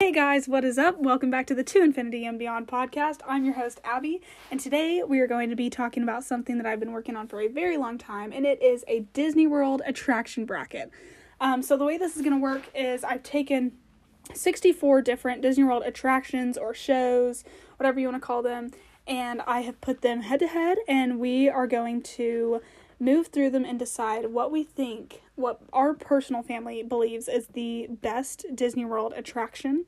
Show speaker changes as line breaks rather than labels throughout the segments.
Hey guys, what is up? Welcome back to the To Infinity and Beyond podcast. I'm your host, Abby, and today we are going to be talking about something that I've been working on for a very long time, and it is a Disney World attraction bracket. Um, so, the way this is going to work is I've taken 64 different Disney World attractions or shows, whatever you want to call them, and I have put them head to head, and we are going to move through them and decide what we think, what our personal family believes is the best Disney World attraction.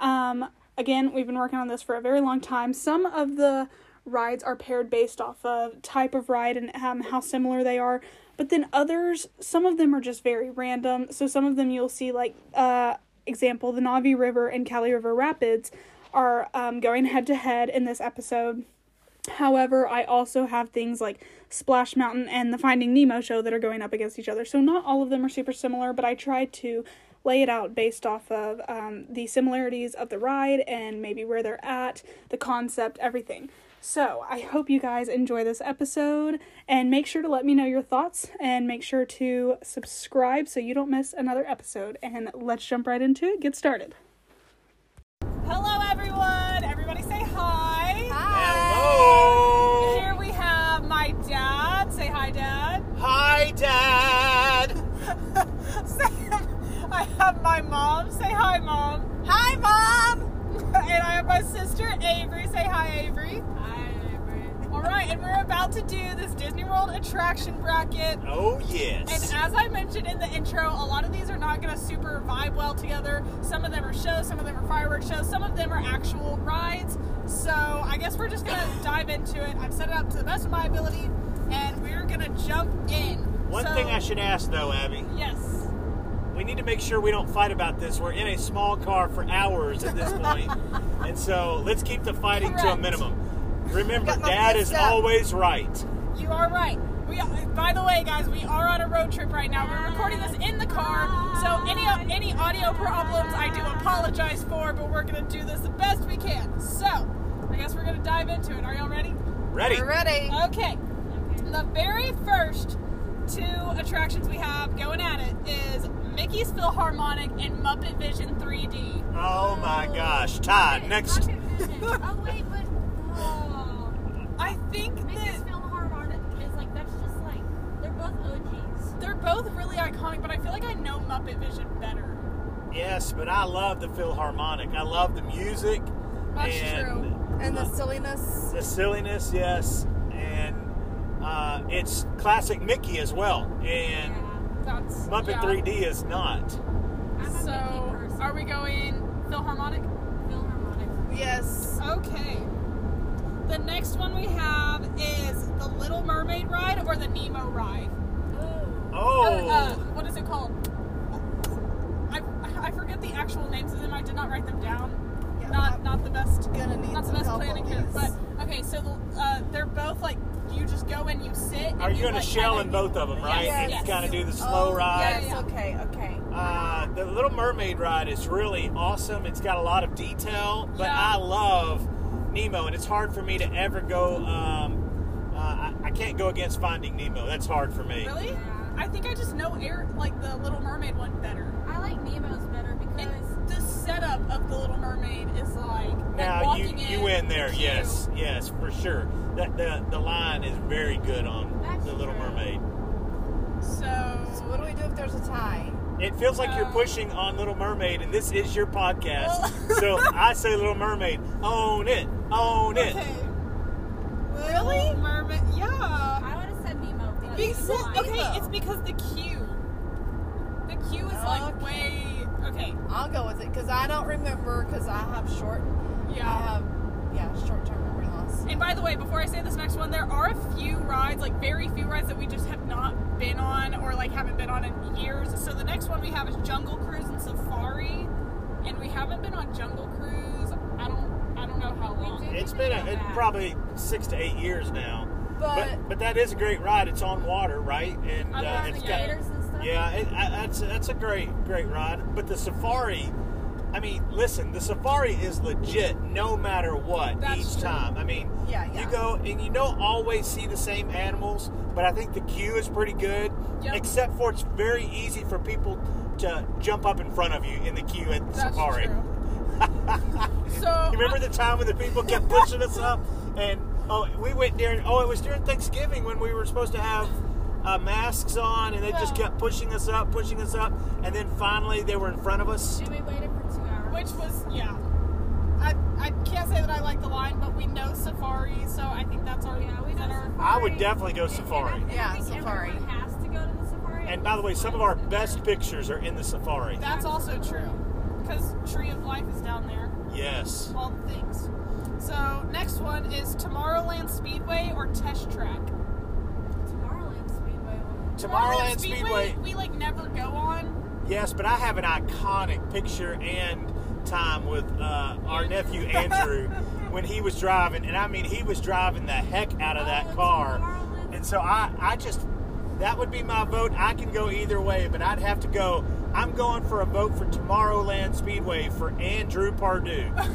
Um, again, we've been working on this for a very long time. Some of the rides are paired based off of type of ride and um, how similar they are, but then others, some of them are just very random. So some of them you'll see, like, uh, example, the Navi River and Cali River Rapids are um, going head to head in this episode. However, I also have things like Splash Mountain and the Finding Nemo show that are going up against each other. So not all of them are super similar, but I try to lay it out based off of um, the similarities of the ride and maybe where they're at, the concept, everything. So I hope you guys enjoy this episode and make sure to let me know your thoughts and make sure to subscribe so you don't miss another episode. And let's jump right into it. Get started.
Hello, everyone. Everybody say hi.
Hello.
Here we have my dad. Say hi, Dad.
Hi, Dad.
Sam, I have my mom. Say hi, Mom. Hi, Mom. And I have my sister, Avery. Say hi, Avery. Hi, Avery. All right, and we're about to do this Disney World attraction bracket.
Oh
And
yes.
as I mentioned in the intro, a lot of these are not going to super vibe well together. Some of them are shows, some of them are fireworks shows, some of them are actual rides. So I guess we're just going to dive into it. I've set it up to the best of my ability, and we're going to jump in.
One
So-
thing I should ask though, Abby,
Yes.
we need to make sure we don't fight about this. We're in a small car for hours at this point, and so let's keep the fighting to a
Correct.
minimum. Remember,
Got my
Dad is
fist up.
always right.
You are right. We are, by the way, guys, we are on a road trip right now. We're recording this in the car, so any any audio problems I do apologize for, but we're gonna do this the best we can. So, I guess we're gonna dive into it. Are y'all ready?
Ready?
ready.
Okay. The very first two attractions we have going at it is Mickey's Philharmonic and Muppet Vision 3D.
Oh my gosh, Todd. Next.
oh wait, but oh,
I think
Mickey's
that
film hard on it is like that's just like they're both OGs.
they're both really iconic, but I feel like I know Muppet Vision better.
Yes, but I love the Philharmonic. I love the music.
That's
and
true.
And the silliness.
the silliness, yes, and uh, it's classic Mickey as well. And
That's
Muppet
yeah.
3D is not.
I'm a
So,
Mickey person.
are we going Philharmonic?
Philharmonic.
Yes.
Okay. The next one we have is the Little Mermaid ride or the Nemo ride.
Oh,
Oh,
Uh, uh, what is it called? I, I forget the actual names of them. I did not write them down.
Yeah,
Not
I'm
not the best.
gonna need
Not the
some
best
help
planning
on
here.
this.
But okay, so the, uh, they're both like you just go and you sit. and
are you in a
like,
shell
kinda-
in both of them, right?
Yes,
and
yes.
kind of do the slow
Oh,
ride.
Yes.
Yeah, yeah.
Okay. Okay.
Uh, the Little Mermaid ride is really awesome. It's got a lot of detail, but
Yeah.
I love Nemo, and it's hard for me to ever go. Um, uh, I, I can't go against Finding Nemo. That's hard for me.
Really?
Yeah.
I think I just know air like the Little Mermaid one better.
I like Nemo's better
And
because
the setup of the Little Mermaid is like like
Now you
walking in,
you in there,
the queue.
yes, yes, for sure. That the the line is very good on
That's
the Little
true.
Mermaid.
So
So
what do we do if there's a tie?
It feels like you're
Um,
pushing on Little Mermaid, and this is your podcast.
Well-
so I say Little Mermaid, own it, own it.
okay. Really? Mermaid? Yeah.
I would have said Nemo. But
Because,
it's fine.
okay, it's because the queue. The queue is like
Okay.
way okay.
I'll go with it because I don't remember because I have short. I
Yeah.
have yeah short term memory loss.
And by the way, before I say this next one, there are a few rides, like very few rides that we just have not been on or like haven't been on in years. So the next one we have is Jungle Cruise and Safari, and we haven't been on Jungle Cruise. I don't, I don't know how
We
long.
did-
It's been a, it, probably six to eight years now,
But
but but that is a great ride. It's on water, right? And uh,
I'm on
it's
the
got-
Gators and stuff.
yeah, it, I, that's that's a great great ride. But the safari, I mean, listen, the safari is legit no matter what
That's
each
true.
time. I mean,
Yeah, yeah.
you go and you don't always see the same animals, but I think the queue is pretty good.
Yep.
Except for it's very easy for people to jump up in front of you in the queue at the
That's
safari.
true.
Remember the time when the people kept pushing us up? And oh, we went during. Oh, it was during Thanksgiving when we were supposed to have uh, masks on, and they just
Yeah.
kept pushing us up, pushing us up, and then finally they were in front of us.
And we waited for two hours.
Which was, yeah. I, I can't say that I like the line, but we know Safari, so I think that's our.
yeah, we
that
know
our-
I would
safari.
definitely go
And- and I
safari.
think
Yeah,
everyone
safari.
Has to go to the safari.
And by the way, some of our best pictures are in the safari.
That's also true. Because Tree of Life is down there.
Yes.
All the things. So, next one is Tomorrowland Speedway or Tesh Track.
Tomorrowland Speedway.
Tomorrowland Speedway.
We like never go on.
Yes, but I have an iconic picture and time with uh, our nephew Andrew when he was driving, and I mean he was driving the heck out of that
Oh,
car.
Tomorrowland.
And so I, I just that would be my vote. I can go either way, but I'd have to go. I'm going for a vote for Tomorrowland Speedway for Andrew Pardue.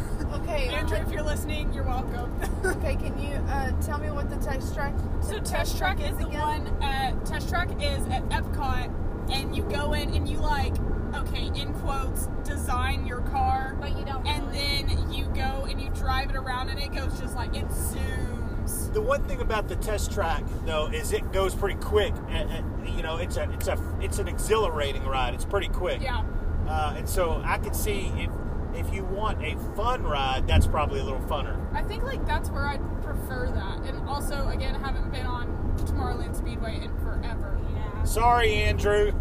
Okay,
Andrew, if you're listening, you're welcome.
okay. Can you uh, tell me what the text track?
So test track is the one. Uh, test track is at Epcot, and you go in and you like, okay, in quotes, design your car,
But you don't.
and
really.
then you go and you drive it around, and it goes just like it zooms.
The one thing about the test track, though, is it goes pretty quick. And, and, you know, it's a it's a it's an exhilarating ride. It's pretty quick.
Yeah,
Uh, and so I could see if if you want a fun ride, that's probably a little funner.
I think like that's where I would prefer that. And also, again, haven't been on Tomorrowland Speedway in forever.
Yeah.
Sorry, Andrew.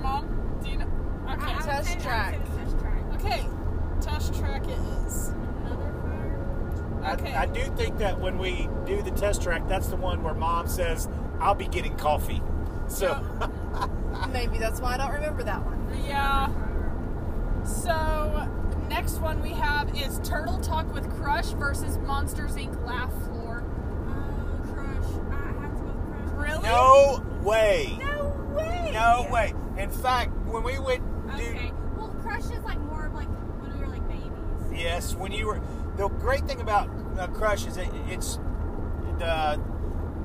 Mom, do you know? I
I- I would
can't.
say- I would
Test
say the
track.
Test track.
Okay, test track it is.
Another fire.
Okay.
I, I do think that when we do the test track, that's the one where Mom says, "I'll be getting coffee." So
Maybe that's why I don't remember that one.
Yeah. So next one we have is Turtle Talk with Crush versus Monsters Inc. Laugh Floor.
Um, crush. I have to go with crush.
Really?
no way,
No way.
no way. In fact, when we went, do,
Okay. Well, crush is like more of like when we were like babies.
Yes, when you were the great thing about uh, Crush is it, it's the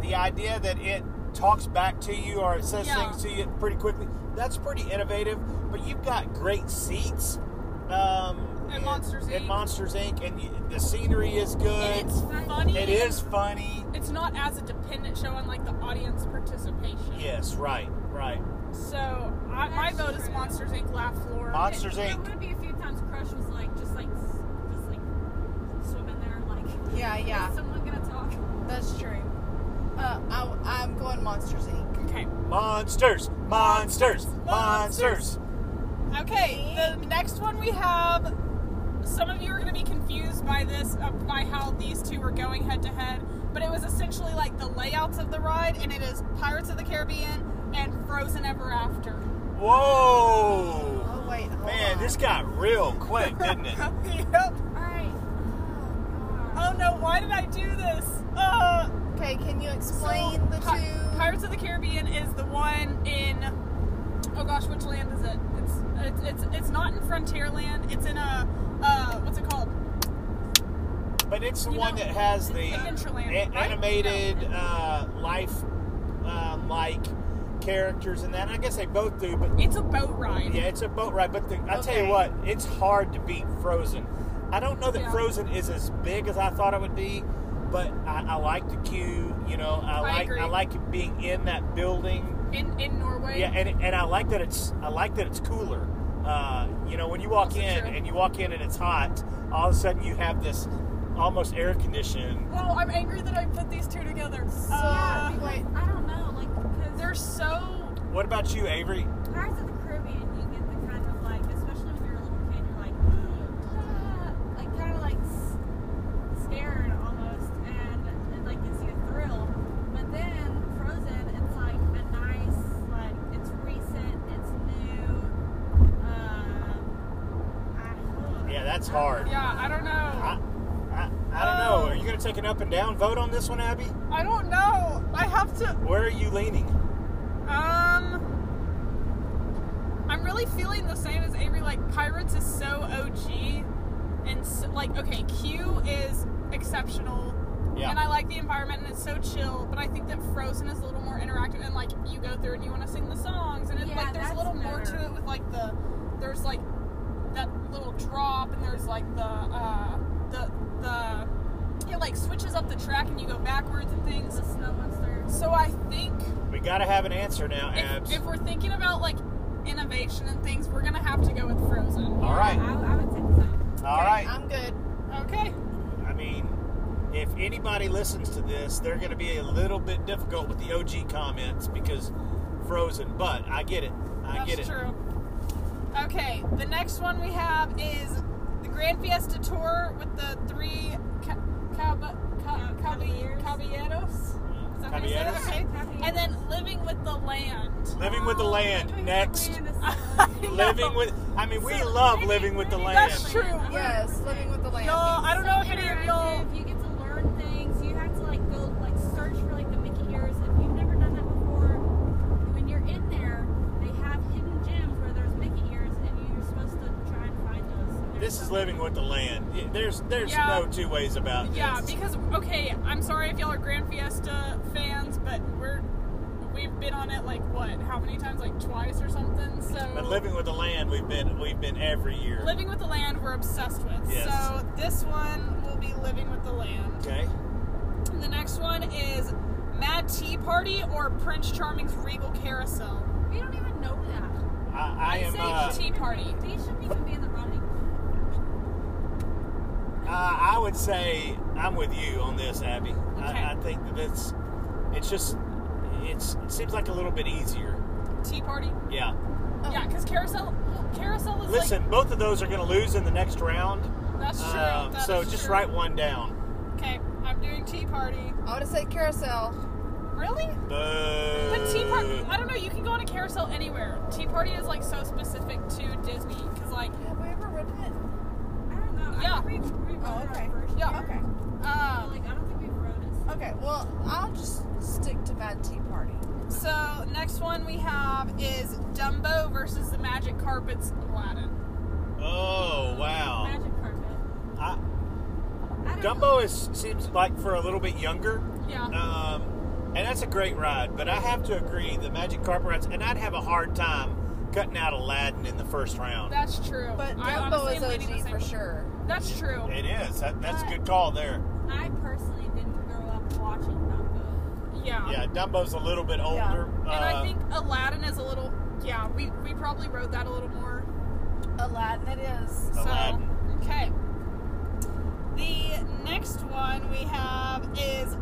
the idea that it talks back to you or it says
Yeah.
things to you pretty quickly. That's pretty innovative. But you've got great seats. Um,
At Monsters,
at
Inc.
Monsters Inc. and you, the scenery is good.
And it's funny.
It is funny.
It's not as a dependent show on like the audience participation.
Yes, right, right.
So I, my
That's
vote is
true.
Monsters Inc. Laugh Floor.
Monsters
There
Inc.
would be a few times crush was like just like s- just like swim in there like.
Yeah, yeah,
Is someone gonna talk?
that's true. Uh, I, I'm going Monsters Inc.
Okay.
Monsters, monsters, monsters.
Okay. The next one we have. Some of you are going to be confused by this, uh, by how these two were going head to head, but it was essentially like the layouts of the ride, and it is Pirates of the Caribbean and Frozen Ever After.
Whoa.
Oh wait, hold
Man,
on.
this got real quick, didn't it?
yep.
All right. Oh, God.
Oh no, why did I do this? Uh,
Okay, can you explain
so
the
Pi-
two?
Pirates of the Caribbean is the one in. Oh gosh, which land is it? It's it's it's, it's not in Frontierland. It's in a uh, what's it called?
But it's the
You
one
know,
that has the
Adventureland,
a-
right?
animated uh, life um, like characters and that. I guess they both do, but
It's a boat ride.
yeah, it's a boat ride. But the, I tell
Okay.
you what, it's hard to beat Frozen. I don't know that
Yeah.
Frozen is as big as I thought it would be, but I, I like the queue. You know, I,
I
like
agree.
I like it being in that building.
In in Norway.
Yeah, and, and I like that it's I like that it's cooler. Uh, you know, when you walk
Also
in
true.
and you walk in and it's hot, all of a sudden you have this almost air conditioning.
Well, I'm angry that I put these two together.
Yeah,
Uh,
because
Like, I don't know, like because
they're so
What about you, Avery?
Pirates of the Caribbean, you get the kind of like, especially when you're a little kid, you're like, ah, like kind of like s- scared almost, and it like gives you a thrill. But then Frozen, it's like a nice, like it's recent, it's new. Um, I,
Yeah, that's hard.
yeah. I don't know.
I, I, I don't know. Are you going to take an up and down vote on this one, Abby?
I don't know. I have to.
Where are you leaning?
Um, I'm really feeling the same as Avery. Like Pirates is so OG, and so, like okay, Q is exceptional,
Yeah.
and I like the environment and it's so chill. But I think that Frozen is a little more interactive, and like you go through and you want to sing the songs, and it,
Yeah,
like there's a
that's
little more
better.
to it with like the there's like that little drop, and there's like the uh, the the it like switches up the track, and you go backwards and things.
The snow monster.
So I think
We gotta have an answer now, Abs.
if, if we're thinking about like innovation and things, we're gonna have to go with Frozen.
All
I,
right,
I would take some.
all right.
I'm good.
Okay.
I mean, if anybody listens to this, they're gonna be a little bit difficult with the OG comments because Frozen. But I get it. I
That's
get it.
true. Okay, the next one we have is the Grand Fiesta Tour with the three ca- cab- ca-
Ca-
cabi-
caballeros.
caballeros. Is that how you say it?
Caballeros.
Okay.
Caballeros.
And then Living with the Land.
Living with the
Oh,
land.
living with the
Next.
land is
I
so-
know.
Living with. I mean, we love living with the land.
That's true.
Yes, living with the land.
Y'all, I don't know if
so
any of y'all.
interactive, You get to learn things. You have to like go like search for like the Mickey ears. If you've never done that before, when you're in there, they have hidden gems where there's Mickey ears, and you're supposed to try and find those. And
This
there's
is living with the land. Yeah, There's there's
Yeah.
no two ways about this.
Yeah, because okay, I'm sorry if y'all are Grand Fiesta fans, but we're we've been on it like what? How many times? Like twice or something. So.
But living with the land, we've been we've been every year.
Living with the Land, we're obsessed with.
Yes.
So this one will be Living with the Land.
okay.
The next one is Mad Tea Party or Prince Charming's Regal Carousel.
something. We don't even know that.
I, I am.
say
Uh,
tea party.
They shouldn't even be in the running.
uh, I would say I'm with you on this, Abby.
Okay.
I, I think that it's it's just it's it seems like a little bit easier.
Tea Party.
Yeah.
Yeah, because Carousel, well, Carousel is
Listen, both of those are going to lose in the next round.
like that's true.
Um,
that
so
is
just
true.
write one down.
Okay, I'm doing Tea Party.
I would have said carousel.
Really?
Boo.
But Tea Party,
Mm.
I don't know. You can go on a carousel anywhere. Tea Party is like so specific to Disney because like
Have we ever written it?
I don't know.
Yeah.
I think we, we
Oh,
wrote our
okay.
first
Yeah.
year.
Okay.
So,
um,
like I don't think we wrote it.
Okay. Well, I'll just stick to Mad Tea Party.
So next one we have is Dumbo versus the Magic Carpets Aladdin.
Oh wow.
Magic carpet.
I,
I don't know.
Dumbo is seems like for a little bit younger.
Yeah.
Um, and that's a great ride, but I have to agree the Magic Carpet rides, and I'd have a hard time cutting out Aladdin in the first round.
That's true.
But
I
Dumbo
honestly
is
am leaning the
OG
same
for
way.
sure.
That's true.
it is. That, that's a good call there.
I personally didn't grow up watching Dumbo.
Yeah.
Yeah, Dumbo's a little bit older.
And
uh,
I think Aladdin is a little. Yeah, we we probably rode that a little more.
Aladdin, it is.
So
Aladdin.
okay. The next one we have is.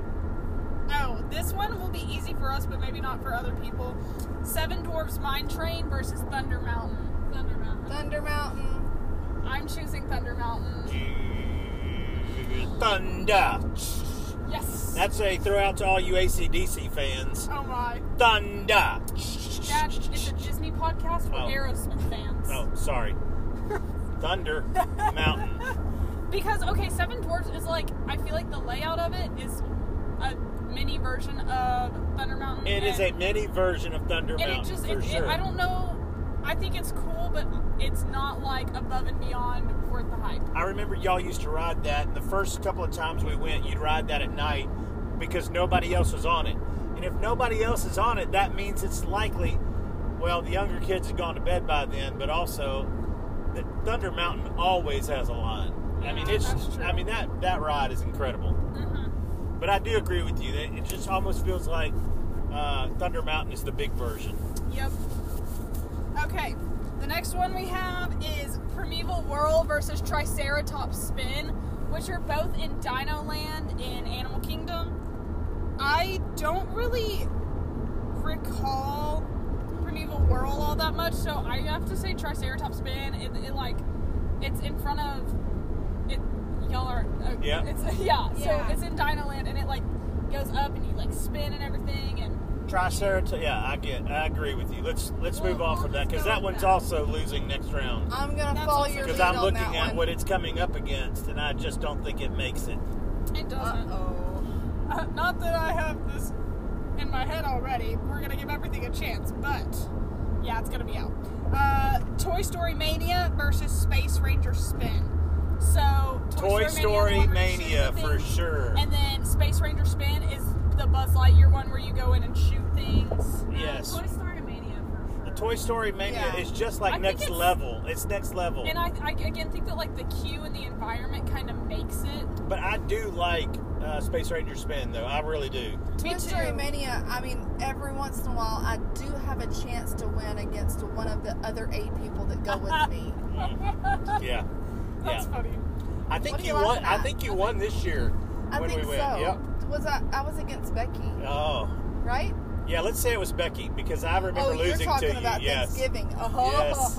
Oh, this one will be easy for us, but maybe not for other people. Seven Dwarfs Mine Train versus Thunder Mountain.
Thunder Mountain.
Thunder Mountain.
I'm choosing Thunder Mountain.
Thunder.
Yes.
That's a throw out to all you ACDC fans.
oh my.
Thunder.
Dad, it's a Disney podcast. We're
Oh.
Aerosmith fans.
Oh, sorry. Thunder Mountain.
Because okay, Seven Dwarfs is like I feel like the layout of it is a mini version of Thunder Mountain.
It is a
and,
mini version of Thunder
and it
Mountain
just
for
it,
sure.
it, I don't know. I think it's cool, but it's not like above and beyond worth the hype.
I remember y'all used to ride that. The first couple of times we went, you'd ride that at night because nobody else was on it. And if nobody else is on it, that means it's likely, well, the younger kids have gone to bed by then, but also the Thunder Mountain always has a line. I mean,
Yeah,
it's,
that's true.
I mean, that, that ride is incredible.
Mm-hmm.
But I do agree with you that it just almost feels like uh, Thunder Mountain is the big version.
Yep. Okay. The next one we have is Primeval Whirl versus Triceratops Spin, which are both in Dino Land in Animal Kingdom. I don't really recall Primeval Whirl all that much, so I have to say Triceratops Spin. It, it like it's in front of it. Y'all are uh,
Yeah.
It's, yeah.
Yeah.
So it's in Dino Land, and it like goes up and you like spin and everything, and
Triceratops, yeah, I get, I agree with you. Let's let's
Well,
move on
we'll
from that because
just go
that
with
one's
that.
also losing next round.
I'm gonna
That's
follow
also-
your
because
lead
I'm
on
looking
that
at
one.
what it's coming up against, and I just don't think it makes it.
it doesn't.
Uh-oh.
Uh, not that I have this in my head already. We're gonna give everything a chance, but yeah, it's gonna be out. Uh, Toy Story Mania versus Space Ranger Spin. So
Toy Story
Mania, is the one where you
Mania
shoot the
for
things,
sure.
and then Space Ranger Spin is the Buzz Lightyear one where you go in and shoot things.
No,
yes,
Toy Story Mania for sure.
Toy Story Mania
Yeah.
is just like
I think
next
it's-
level. It's next level.
And I, I again think that like the cue and the environment kind of makes it.
but I do like uh, Space Ranger Spin though. I really do.
Me
Toy Story
too.
Mania, I mean, every once in a while, I do have a chance to win against one of the other eight people that go with me.
Yeah.
That's
yeah.
funny.
I
What
think
are
you
you
won.
laughing
I
at?
think you won this year
I
when
think
we
so.
went. Yep.
Was I? I was against Becky,
Oh.
right?
Yeah, let's say it was Becky because I remember
Oh, you're
losing
talking
to
about
you. Yes.
Thanksgiving. Oh,
Yes.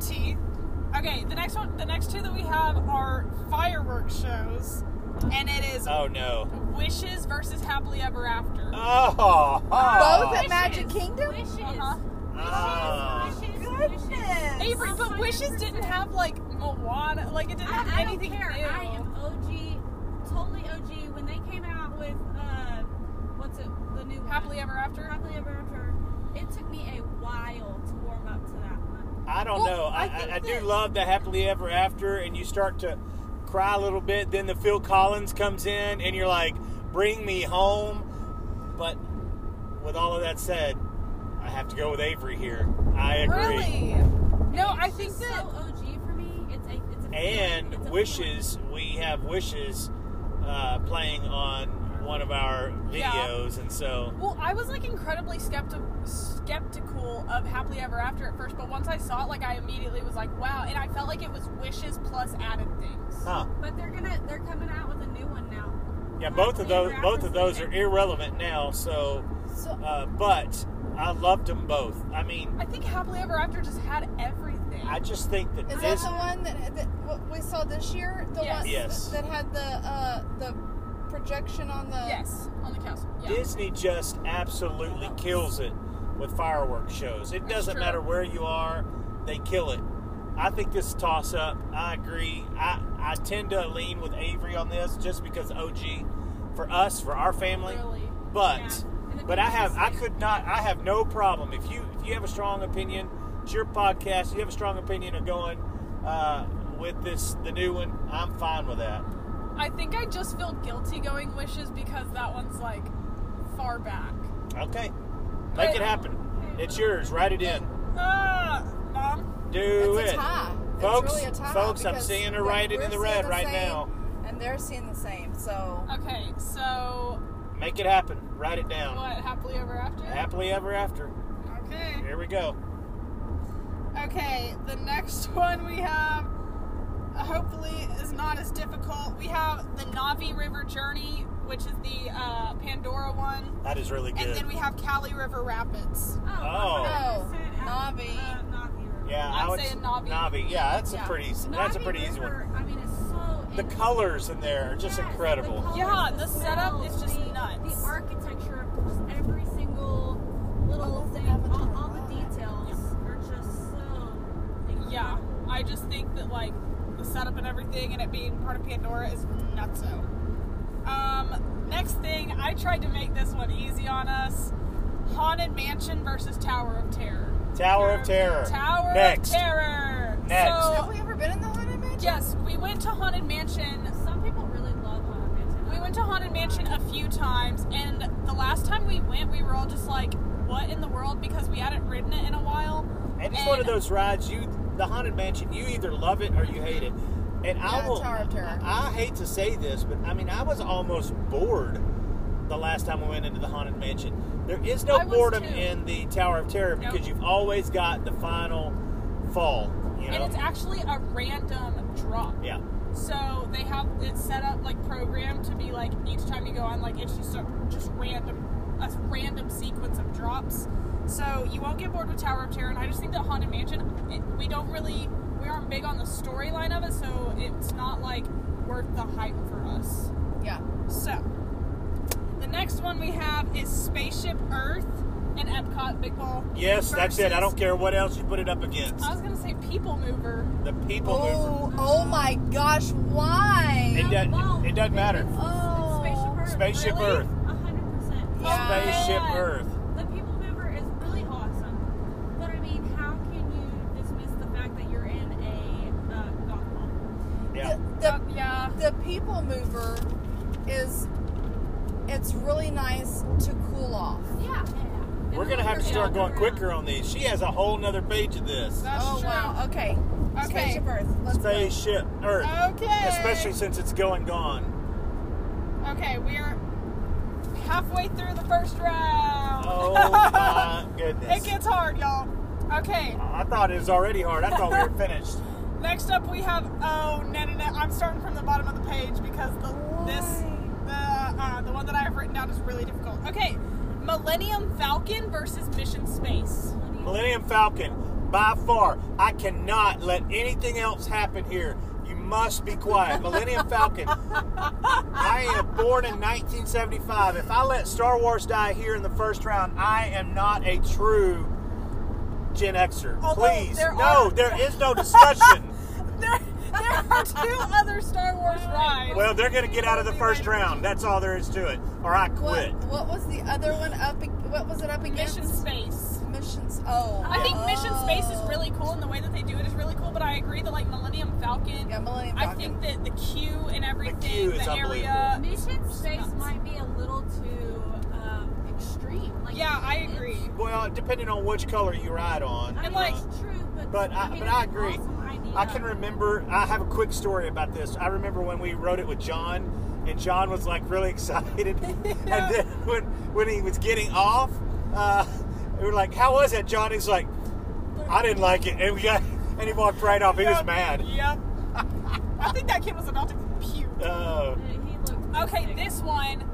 Teeth. Okay, the next one, the next two that we have are fireworks shows, and it is
Oh no.
Wishes versus Happily Ever After.
Uh,
Oh.
Both at Magic
Wishes.
Kingdom.
Wishes.
Uh-huh. Uh,
Oh.
Wishes. Wishes.
Goodness.
Avery, but Wishes didn't
100%.
have like Moana, like it didn't have
I, I don't
anything
care.
new.
I am OG, totally OG. When they came out with uh, what's it, the new
Happily Ever
one,
After.
Happily Ever After, it took me a while to warm up to that one.
I don't
Well,
know.
I
I,
think
I, I do
that-
love the happily ever after, and you start to cry a little bit. Then the Phil Collins comes in, and you're like, "Bring me home." But with all of that said, I have to go with Avery here. I agree.
Really? No,
It's
I think
just
that.
so OG for me. It's a it's a feeling. It's a
And
feeling.
wishes, we have wishes uh, playing on one of our
Yeah.
videos, and so
Well, I was like incredibly skepti- skeptical of Happily Ever After at first, but once I saw it, like I immediately was like, wow, and I felt like it was wishes plus added things.
huh.
But they're gonna they're coming out with a new one now.
Yeah, both of those both of those are irrelevant now. So,
So,
uh, but I loved them both. I mean,
I think Happily Ever After just had everything.
I just think that
is that
this.
the one that, that what we saw this year? The
Yes.
one
Yes.
that had the uh, the projection on the.
yes, on the council. Yeah.
Disney just absolutely kills it with fireworks shows. It
That's
doesn't
true.
matter where you are, they kill it. I think this is a toss up. I agree. I, I tend to lean with Avery on this just because OG for us, for our family.
Really.
But
Yeah. And the
but I have I
pieces.
could not I have no problem if you if you have a strong opinion, it's your podcast, you have a strong opinion of going uh, with this the new one, I'm fine with that.
I think I just feel guilty going wishes because that one's like far back.
Okay. Make it happen. It's yours. Write it in.
Ah, mom.
Do
It's
it.
a tie.
Folks,
it's really a tie
folks, I'm
because
seeing her
we're-
right in
we're
the red
seeing
right
same,
now.
and they're seeing the same. So
Okay, so
Make it happen. Write it down.
what? Happily Ever After.
Happily ever after.
Okay.
Here we go.
Okay, the next one we have uh, hopefully is not as difficult. We have the Navi River Journey, which is the uh, Pandora one,
That is really
and
good.
then we have Cali River Rapids.
Oh,
Oh.
100%
Navi.
Uh, Navi.
yeah,
I'm
I would
saying Navi.
Navi. Yeah, that's a
Yeah.
pretty. That's a
Navi
pretty easy one.
River, I mean, it's so.
The
in-
colors in there are just
Yes,
incredible.
the
Yeah,
colors,
the setup
smells,
is just
the,
nuts.
The architecture of just every single little thing, all, all the details are just so. incredible.
Yeah, I just think that like the setup and everything, and it being part of Pandora is nutso. Um, next thing, I tried to make this one easy on us: Haunted Mansion versus Tower of Terror.
Tower of Terror.
Tower
Next.
of Terror.
Next.
have
So,
we ever been in the haunted mansion?
yes, we went to Haunted Mansion.
Some people really love Haunted Mansion.
We went to Haunted Mansion a few times, and the last time we went, we were all just like, "What in the world?" Because we hadn't ridden it in a while.
And it's
And-
one of those rides you, the haunted mansion, you either love it or you hate it. And I
Yeah,
will,
Tower of Terror.
I, I hate to say this, but I mean, I was almost bored the last time we went into the haunted mansion. There is no
I was
boredom
too.
in the Tower of Terror
Nope.
because you've always got the final fall. You know,
And it's actually a random drop.
yeah,
So they have it set up like programmed to be like each time you go on, like it's just a just random a random sequence of drops. So you won't get bored with Tower of Terror, and I just think that Haunted Mansion, it, we don't really we aren't big on the storyline of it, so it's not like worth the hype for us.
Yeah.
So the next one we have is Spaceship Earth and Epcot Big Ball.
yes, that's it. I
versus-
don't care what else you put it up against.
I was gonna say People Mover.
The people mover.
Oh, oh my gosh! Why?
It doesn't.
Well,
it doesn't matter.
Oh.
Spaceship Earth.
Spaceship
really?
Earth.
100%.
Yeah.
Spaceship
man.
Earth.
The People Mover is really awesome, but I mean, how can you dismiss the fact that you're in a uh, golf ball?
Yeah.
The,
Uh, yeah.
the, the people mover is. It's really nice to cool off.
Yeah,
We're gonna have to start going quicker on these. She has a whole nother page of this.
That's
Oh
true.
wow. Okay.
Okay.
Spaceship Earth. Let's go.
Spaceship Earth.
Okay.
Especially since it's going gone.
Okay, we're halfway through the first round.
Oh my goodness.
it gets hard, y'all. Okay,
I thought it was already hard. I thought we were finished.
next up we have oh no no no. I'm starting from the bottom of the page because the this the uh, the one that I have written down is really difficult. Okay, Millennium Falcon versus Mission Space.
Millennium Falcon, by far. I cannot let anything else happen here. You must be quiet. Millennium Falcon. I am born in 1975. If I let Star Wars die here in the first round, I am not a true Gen Xer.
Although
Please.
there
no,
are-
there is no discussion.
There, there are two other Star Wars rides.
well, they're going to get out of the first round. That's all there is to it. Or I
What,
quit.
what was the other one up? ag- What was it up against?
Mission Space.
Missions. Oh.
I think Mission Space is
Oh.
really cool, and the way that they do it is really cool. But I agree that like Millennium Falcon,
Yeah, Millennium
I
Falcon.
think that the queue and everything,
queue
the,
is
area.
Mission space might be a little too um, extreme. Like,
Yeah, I
it's-
agree.
Well, depending on which color you ride on.
I mean,
And, like-
it's true, but
But I,
mean,
but
it's
I
an
agree.
awesome idea.
I can remember. I have a quick story about this. I remember when we wrote it with John, and John was like really excited, and then when when he was getting off, uh, we were like, "How was that, John?" He's like, "I didn't like it," and we got and he walked right off. He was
Yep.
mad.
Yep. I think that kid was about to puke.
Uh,
He looked
Okay,
sick.
this one,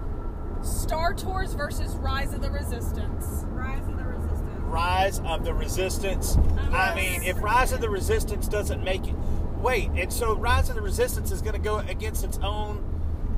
Star Tours versus Rise of the Resistance.
Rise of the Resistance.
Rise of the Resistance. I mean, if Rise of the Resistance doesn't make it, wait, and so Rise of the Resistance is going to go against its own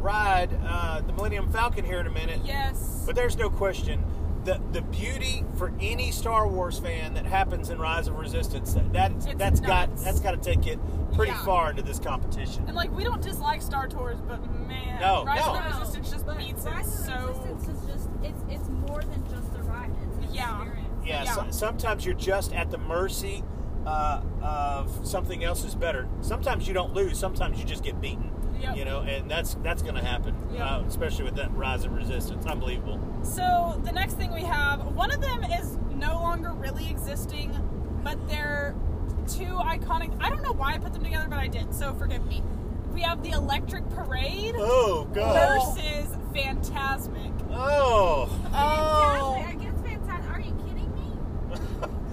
ride, uh, the Millennium Falcon, here in a minute.
Yes.
But there's no question the the beauty for any Star Wars fan that happens in Rise of Resistance that,
It's
that that's got
nuts.
that's got to take it pretty
Yeah.
far into this competition.
and like we don't dislike Star Tours, but man,
No,
Rise of
no.
the Resistance just
But
beats it
Rise of the
so.
Resistance is just it's it's more than just a ride. It's an
Yeah.
experience.
yeah,
yeah.
so- sometimes you're just at the mercy uh, of something else is better. Sometimes you don't lose. Sometimes you just get beaten.
Yep.
You know, and that's that's going to happen,
Yep.
uh, especially with that Rise of Resistance. Unbelievable.
So the next thing we have, one of them is no longer really existing, but they're two iconic. I don't know why I put them together, but I did. So forgive me. We have the Electric Parade
Oh God.
versus Phantasmic.
Oh.
Uh,
Oh.
Fantastic. I guess fantastic. Are you kidding me?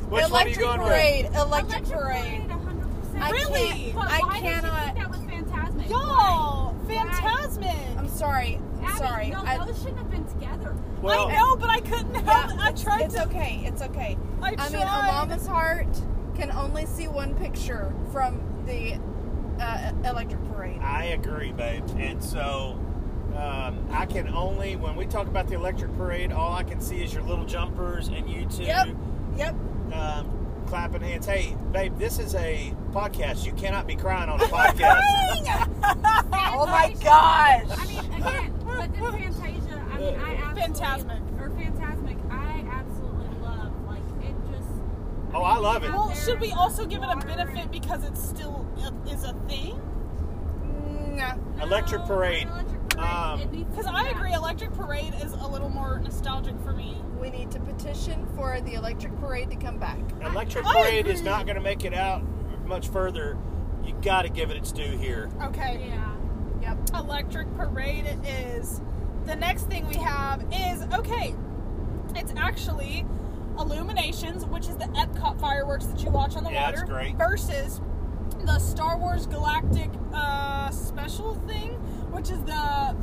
Which one are you
Electric
going
parade. Electric,
Electric
parade.
Parade, 100%.
I
Really?
But
can't.
why
I
did you think
cannot.
that was Fantasmic?
Y'all,
Why?
Phantasmic.
I'm sorry. I'm
Abby,
sorry.
No,
I,
those shouldn't have been together.
with? Well,
I know, but I couldn't help.
yeah,
it. I
it's-
tried
It's
to.
okay. It's okay.
I
I mean,
tried.
a mama's heart can only see one picture from the uh, electric parade.
I agree, babe. And so um, I can only, when we talk about the electric parade, all I can see is your little jumpers and you two
Yep. Yep.
um, clapping hands. Hey, babe, this is a podcast. You cannot be crying on a podcast.
Oh my gosh.
I mean, again, but then Fantasia, I mean, I absolutely.
Fantasmic.
Or Fantasmic, I absolutely love. Like, it just.
oh, I love it.
Well, should we also give it a
Water.
benefit because it's still it is a thing?
Mm, Nah.
Electric
No,
Parade.
Electric Parade.
Um,
it needs to
Because
be
I
back.
agree, Electric Parade is a little more nostalgic for me.
We need to petition for the electric parade to come back.
Electric
I
parade is
agree.
not going to make it out much further. You got to give it its due here.
Okay.
Yeah.
Yep.
Electric Parade it is. The next thing we have is okay, it's actually Illuminations, which is the Epcot fireworks that you watch on the
Yeah,
water,
that's great.
versus the Star Wars Galactic uh, special thing, which is the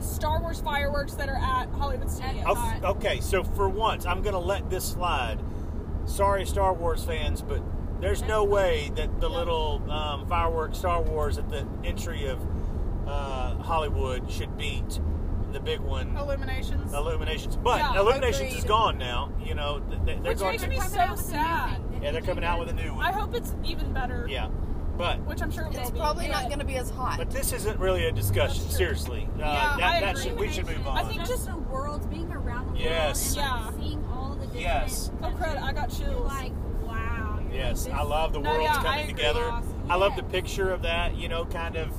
Star Wars fireworks that are at Hollywood Studios.
I'll- okay, so for once, I'm going to let this slide. Sorry, Star Wars fans, but there's no way that the little um, fireworks Star Wars at the entry of uh, Hollywood should beat the big one,
Illuminations.
Illuminations. But
Yeah,
Illuminations is
agreed.
gone now. You know, th- th- they're
Which
going
makes
to.
me
Coming
so
out with a new
sad.
thing. Did
Yeah, they're
you
coming out with a
change
new
I
one.
hope it's even better.
Yeah, but
Which I'm sure it will
It's
be.
probably not
but-
going to be as hot.
but this isn't really a discussion.
That's true.
Seriously, uh,
Yeah,
that,
I
that
agree.
should, we should move
Illuminations,
on.
I think
just,
just-
the world, being around the
Yes.
world, and
Yeah.
like, seeing all the different.
Yes.
Oh crud! I got
You're
chills.
like, wow. You're
Yes,
like,
I
this-
love the
No,
world's
yeah, I
coming
agree,
together.
Austin.
I love the
Yes.
picture of that, you know, kind of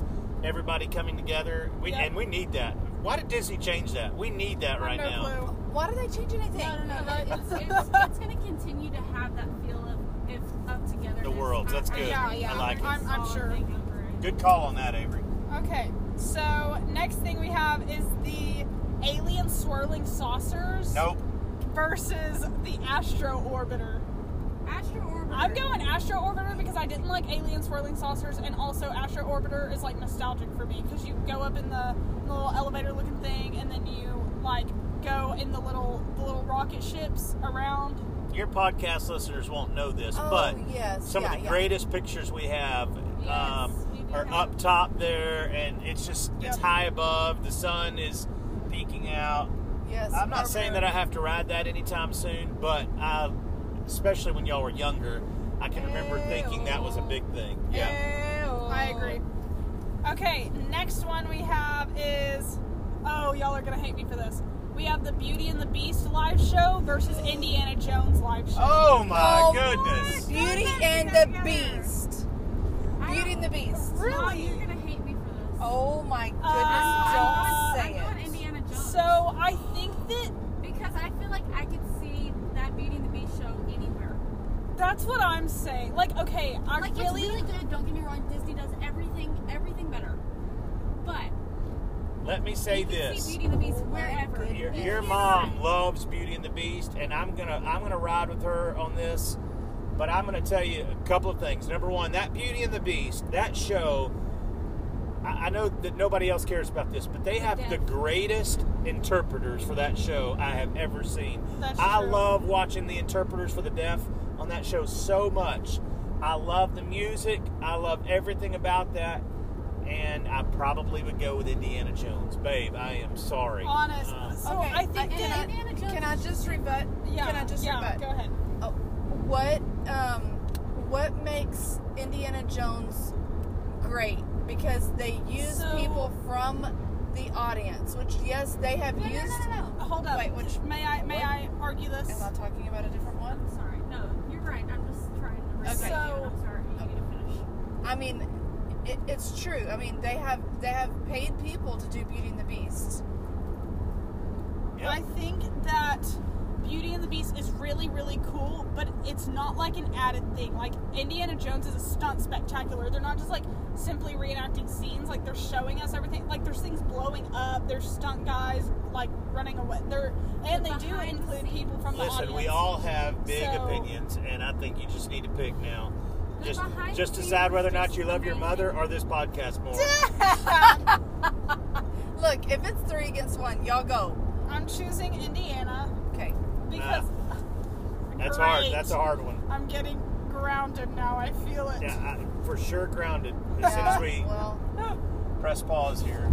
everybody coming together. We
Yep.
and we need that. Why did Disney change that? We need that
I
right
have no
now.
clue.
Why do they change anything?
No, no, no. but It's, it's, it's going to continue to have that feel of if of togetherness.
The world, that's
after
good.
Yeah, yeah.
every
I like it.
I'm- I'm
solid
sure.
thing over it.
Good call on that, Avery.
Okay, so next thing we have is the alien swirling saucers
Nope.
versus the astro orbiter.
Astro Orbiter.
I'm going astro orbiter because I didn't like alien swirling saucers, and also astro orbiter is like nostalgic for me because you go up in the, in the little elevator looking thing, and then you like go in the little the little rocket ships around.
Your podcast listeners won't know this,
Oh,
but
yes.
some
yeah,
of the
yeah.
greatest pictures we have
Yes, we
um,
do
are
have
up
them.
top there, and it's just it's
Yep.
high above. The sun is peeking out.
Yes.
I'm not saying that I
Barbara.
have to ride that anytime soon, but I, especially when y'all were younger, I can remember thinking that was a big thing. Yeah.
I agree. Okay, next one we have is oh y'all are gonna hate me for this. We have the Beauty and the Beast live show versus Indiana Jones live show.
Oh my
Oh,
goodness.
Beauty
Goodness,
and
you
the
got together.
Beast.
I
Beauty
don't-
and the Beast.
Mom, you're going to hate me for this.
Oh my goodness!
Uh,
don't
I'm
say
going
it.
Indiana Jones.
So I think that
because I feel like I could see that Beauty and the Beast show anywhere.
that's what I'm saying. Like, okay, I
like
really,
it's really good. Don't get me wrong. Disney does everything, everything better. But
Let me say
you can see
this.
Beauty and the Beast
Oh my
wherever.
goodness.
Your,
You
your
cannot-
mom loves Beauty and the Beast, and I'm gonna I'm gonna ride with her on this. But I'm gonna tell you a couple of things. Number one, that Beauty and the Beast, that show. I I know that nobody else cares about this, but they have the
depth.
greatest interpreters for that show I have ever seen.
That's
I
true.
love watching the interpreters for the deaf on that show so much. I love the music. I love everything about that. And I probably would go with Indiana Jones, babe. I am sorry.
honest.
Uh,
so
okay,
I think
I-
that
and
Indiana Jones
Can I just rebut?
yeah,
Can I just
yeah,
rebut?
go ahead.
Oh, what um, what makes Indiana Jones great? Because they use
So-
people from the audience, which yes, they have
No, no,
used.
no, no, no.
Hold up.
Wait, which-
may I may
what?
I argue this?
Am I talking about a different one?
I'm sorry. No, you're right. I'm just trying to.
Okay.
respect you, and I'm sorry. You need to finish.
I mean, it, it's true. I mean, they have they have paid people to do Beauty and the Beast.
yeah.
I think that Beauty and the Beast is really, really cool, but it's not like an added thing. Like Indiana Jones is a stunt spectacular. They're not just like simply reenacting scenes. Like they're showing us everything. Like there's things blowing up. There's stunt guys like running away. They're and they do
Behind the
include
scenes.
people from the
Listen,
audience.
we all have big
So-
opinions, and I think you just need to pick now.
The
Just,
behind
just
the
decide
scenes
whether or
is
not
just
you love your
amazing.
mother or this podcast more.
Look, if it's three against one, y'all go.
I'm choosing Indiana
Okay.
because
That's
Great.
hard. That's a hard one.
I'm getting grounded now. I feel it.
Yeah, I, for sure grounded as soon as we
Well,
press pause here.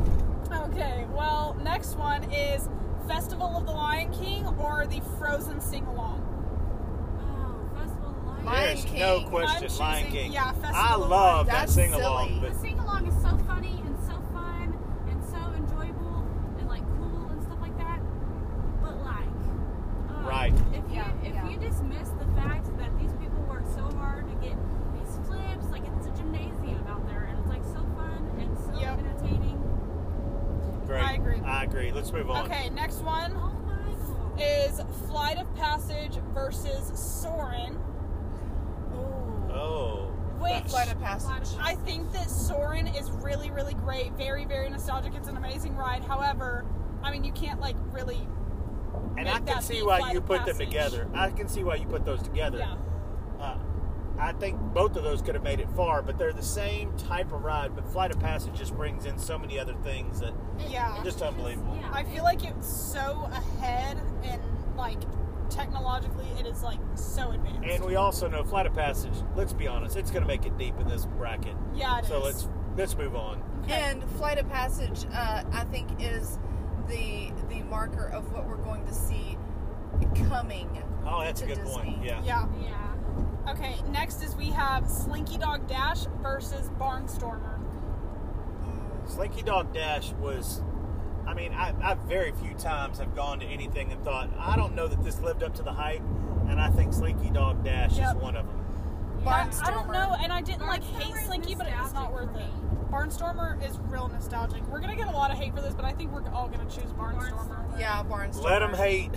Okay, well, next one is Festival of the Lion King or the Frozen Sing Along.
Oh, Festival of the Lion
Lion
There's no
King.
question.
I'm
Lion
choosing-
King.
yeah, Festival
I
of the
love
Lion-
that
That's
sing along,
silly.
but
The sing along is so funny and so fun and so enjoyable and like cool and stuff like that. But like, uh,
Right.
If you
Yeah,
if
yeah.
you dismiss the fact that these people work so hard to get these flips, like it's a gymnasium out there and it's like so fun and so
Yep.
entertaining.
great.
I agree.
I agree. Let's move on.
Okay, next one
Oh my god.
is Flight of Passage versus Soren,
ooh,
Oh.
which
flight of passage.
I think that Soren is really, really great. Very, very nostalgic. It's an amazing ride. However, I mean, you can't like really.
and
make
I can
that
see
be
why
Flight
you
of
put them
Passage.
together. I can see why you put those together.
Yeah.
Uh, I think both of those could have made it far, but they're the same type of ride. But Flight of Passage just brings in so many other things that
Yeah.
Just unbelievable.
Yeah.
I feel like it's so ahead and like technologically, it is like so advanced.
And we also know Flight of Passage. Let's be honest, it's going to make it deep in this bracket.
yeah, it
so
is.
let's let's move on.
And Flight of Passage, uh, I think, is the the marker of what we're going to see coming.
Oh, that's a
To
good point.
Disney.
Yeah.
Yeah.
Yeah.
Okay, next is we have Slinky Dog Dash versus Barnstormer.
Slinky Dog Dash was. I mean, I, I very few times have gone to anything and thought I don't know that this lived up to the hype, and I think Slinky Dog Dash
Yep.
is one of them.
I don't know, and I didn't like hate
Barnstormer is
Slinky, but it's not worth
nostalgic for
it. Barnstormer is real nostalgic. We're gonna get a lot of hate for this, but I think we're all gonna choose Barnstormer.
Barnstormer.
Yeah, Barnstormer.
Let them hate.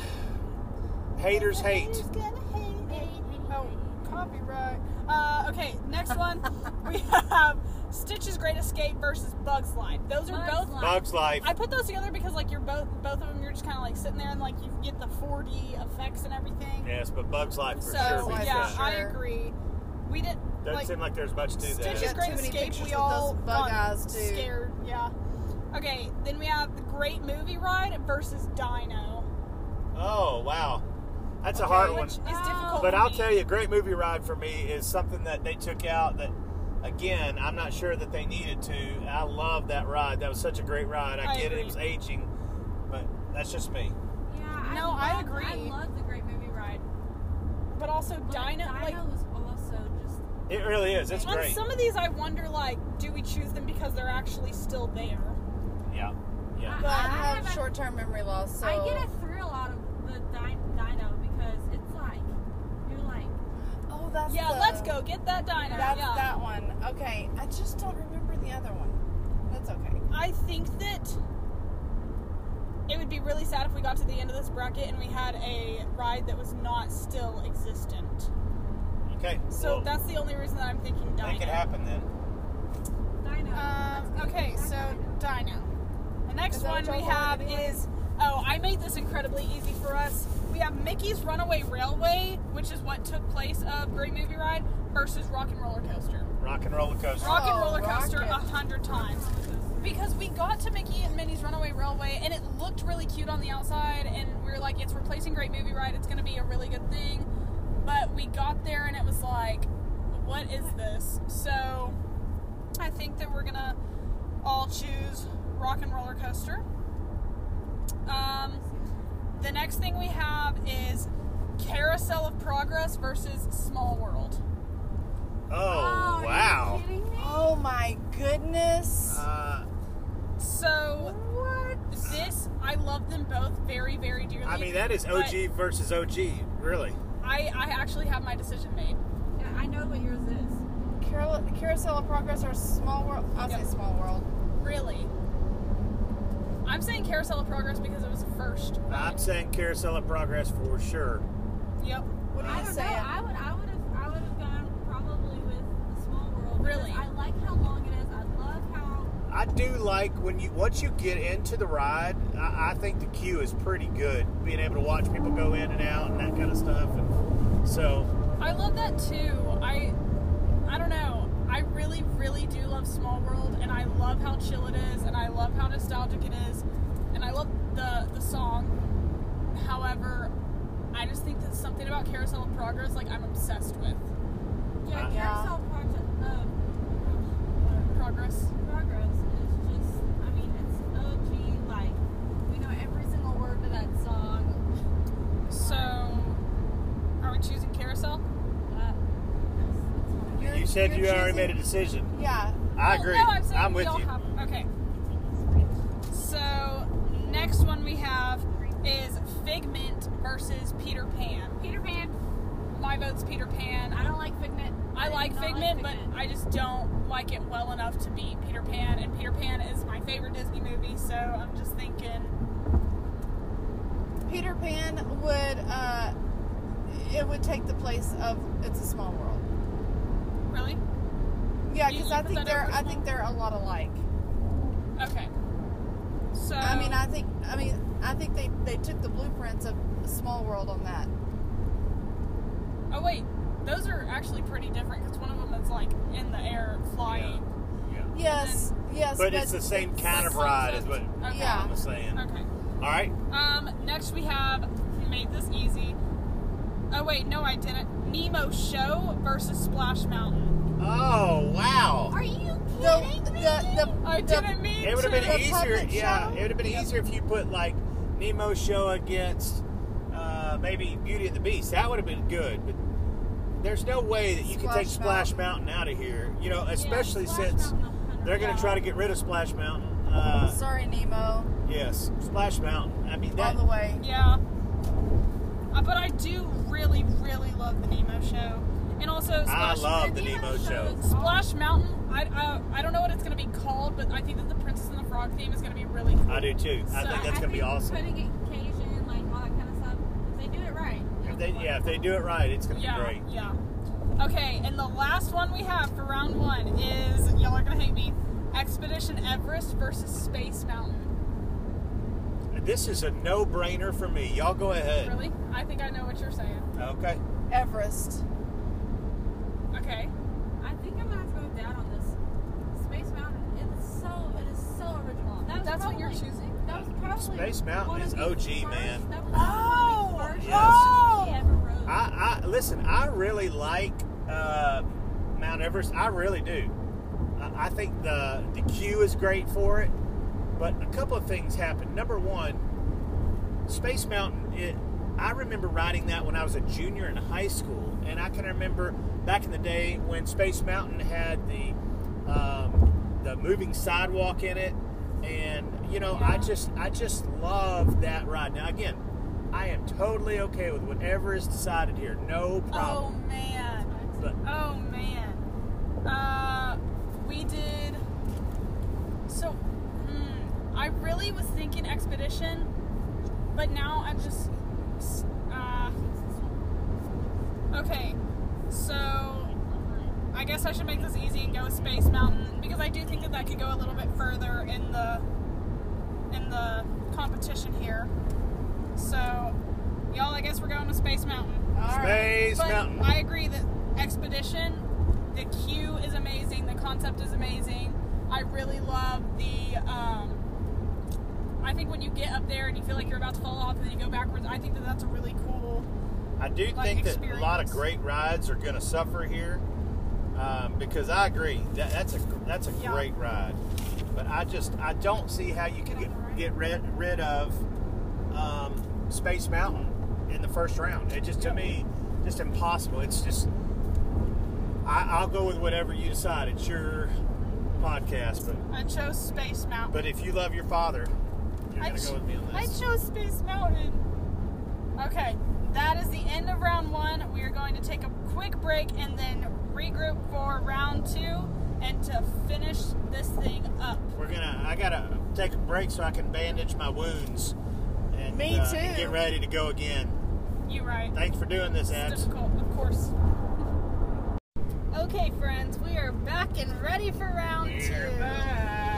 Haters hate.
Oh, copyright. Uh, okay, next one. we have Stitch's Great Escape versus Bugs Life. Those are
Bugs
both.
Life.
Bugs life.
I put those together because like you're both both of them. You're just kind of like sitting there and like you get the 4D effects and everything.
Yes, but Bugs life for
so
sure.
Bugs
beats
yeah,
that.
Life.
I
Sure.
agree. We didn't
Doesn't
like
seem like there's much to
Stitch's
Yeah,
that.
too
Great
many
Escape.
pictures
We
with
all
those bug
got
eyes, too.
scared. Yeah. Okay, then we have the Great Movie Ride versus Dino.
Oh wow, that's a
Okay,
hard
which
one.
Is
Oh.
difficult
But
for
I'll
me.
tell you, a great movie ride for me is something that they took out that, again, I'm not sure that they needed to. I love that ride. That was such a great ride. I,
I
get it.
agree.
It was aging, but that's just me.
Yeah,
No, I
I love,
agree.
I love the Great Movie Ride.
But also
But
Dino,
Dino
like
was also just
It really is. It's
on
great.
some of these, I wonder like, do we choose them because they're actually still there?
yeah. Yeah.
I-
I
I
have
have a-
short-term memory loss, so
I get a thrill out of the di- dino because it's like you're like
oh, that's
yeah,
the-
let's go get that Dino.
That's
yeah.
that one. Okay, I just don't remember the other one. That's okay.
I think that it would be really sad if we got to the end of this bracket and we had a ride that was not still existent.
Okay.
Ah, So
well,
that's the only reason that I'm thinking Dino.
make it happen then.
dino.
Um,
That's me.
okay,
That's
so
dino.
Dino. The next
Is that
one
what
we
y'all
have
wanted anyway?
is oh, I made this incredibly easy for us. We have Mickey's Runaway Railway, which is what took place of Great Movie Ride, versus Rock and Roller Coaster.
Rock and roller coaster.
Rock and
Oh,
Roller Coaster a
Rocket.
hundred times. Because we got to Mickey and Minnie's Runaway Railway and it looked really cute on the outside, and we were like, it's replacing Great Movie Ride, it's gonna be a really good thing. But we got there and it was like, what is this? So I think that we're gonna all choose Rock and Roller Coaster. Um, the next thing we have is Carousel of Progress versus Small World.
Oh,
Oh, are you
wow.
kidding me?
Oh my goodness.
Uh,
So This I love them both very, very dearly.
I mean, that is
but
OG versus OG, really.
I, I actually have my decision made.
Yeah, I know what yours is.
Carol- Carousel of Progress or Small World? I'll
Yep.
say Small World.
Really. I'm saying Carousel of Progress because it was the first.
I'm saying Carousel of Progress for sure.
Yep.
What are
I
you
don't
saying?
know. I would I would have I would have gone probably with the small world. because
Really?
I like how long it is. I love how
I do like when you once you get into the ride. I, I think the queue is pretty good. Being able to watch people go in and out and that kind of stuff. And so
I love that too. I I don't know. I really, really do love Small World and I love how chill it is and I love how nostalgic it is and I love the the song. However, I just think that something about Carousel of Progress like I'm obsessed with.
yeah,
Uh,
yeah.
carousel project uh,
Progress.
progress is just I mean it's OG like we know every single word to that song.
So, are we choosing carousel?
Uh,
You're-
you said
you're
you already
choosing-
made a decision.
Yeah.
I
Well,
agree.
Oh, No, I'm saying we
with
all
you.
have. Okay. So, next one we have is Figment versus Peter Pan.
Peter Pan.
My vote's Peter Pan.
I
I,
don't like Figment.
I like
don't
Figment,
like
but I just don't like it well enough to beat Peter Pan. And Peter Pan is my favorite Disney movie, so I'm just thinking.
Peter Pan would, uh, it would take the place of It's a Small World.
Really?
Yeah,
You-
because
you
I
put
think
that
they're,
over
I
Small-
think they're a lot alike.
Okay. So.
I mean, I think, I mean, I think they, they took the blueprints of Small World on that.
Oh wait, those are actually pretty different because one of them is like in the air flying.
Yeah.
Yes, yes.
But it's the same kind of ride, is what
Okay.
Yeah.
I'm saying.
Oh, Okay.
All right.
Um, next we have you made this easy. Oh wait, no, I didn't. Nemo Show versus Splash Mountain.
Oh wow.
Are you
The,
kidding
the,
me?
the,
I
the-
didn't mean
It would have
to.
The
been easier.
public
Yeah,
show?
it would have been easier if you put like Nemo show against uh, maybe Beauty and the Beast. That would have been good. But there's no way that you can
Splash
take Splash Mountain. out of here. You know, especially
Splash
since
Mountain, 100.
they're going to
Yeah.
try to get rid of Splash Mountain. Uh,
Sorry, Nemo.
yes, Splash Mountain. I mean
All
that.
the way.
Yeah. Uh, but I do really, really love the Nemo Show, and also
I
Splash.
love the
Nemo
Nemo
show
show.
is
Splash Mountain. I, I I don't know what it's gonna be called, but I think that the Princess and the Frog theme is gonna be really cool.
I do too. I
So,
think that's gonna be awesome.
Wedding occasion, like all that kind of stuff. If they do it right.
If
it'll
they,
be
yeah, if they
wonderful.
do it right, it's gonna
Yeah,
be great.
yeah. Okay, and the last one we have for round one is y'all are gonna hate me. Expedition Everest versus Space Mountain.
This is a no-brainer for me. Y'all go ahead.
Really? I think I know what you're saying.
Okay.
Everest.
Okay.
I think I'm gonna have to go down on this. Space Mountain. It's so. It is so original. That was
That's what you're
probably-
choosing?
That was probably.
Space Mountain
one of
is
the
OG,
first-
man.
That was
Oh,
one of the first
yes.
mountains he ever rode.
I, I listen. I really like uh, Mount Everest. I really do. I, I think the the queue is great for it, but a couple of things happen. Number one, Space Mountain. It, I remember riding that when I was a junior in high school, and I can remember back in the day when Space Mountain had the um, the moving sidewalk in it, and you know, I
Yeah.
just I just love that ride. Now again, I am totally okay with whatever is decided here. No
Oh
problem.
man.
But
Oh man. Uh, we did. So, hmm, I really was thinking expedition, but now I'm just. s- Uh, okay, so I guess I should make this easy and go with Space Mountain because I do think that that could go a little bit further in the in the competition here. So, y'all, I guess we're going with Space Mountain.
Space
But
Mountain.
I agree that Expedition, the queue is amazing, the concept is amazing. I really love the. Um, I think when you get up there and you feel like you're about to fall off and then you go backwards, I think that that's a really cool.
I do
like,
think that a lot of
experience.
great rides are going to suffer here um, because I agree that, that's a that's a
Yeah.
great ride, but I just I don't see how you can get, get rid, rid of um, Space Mountain in the first round. It just to me just impossible. It's just I, I'll go with whatever you decide. It's your podcast, but
I chose Space Mountain.
but if you love your father, you're
I
going to
ch-
go with me on
I
this.
chose Space Mountain. Okay, that is the end of round one. We are going to take a quick break and then regroup for round two and to finish this thing up.
We're gonna. I gotta take a break so I can bandage my wounds. And,
Me
uh,
too.
and get ready to go again.
You right.
Thanks for doing this,
It's
Abs.
difficult, of course. Okay, friends, we are back and ready for round two.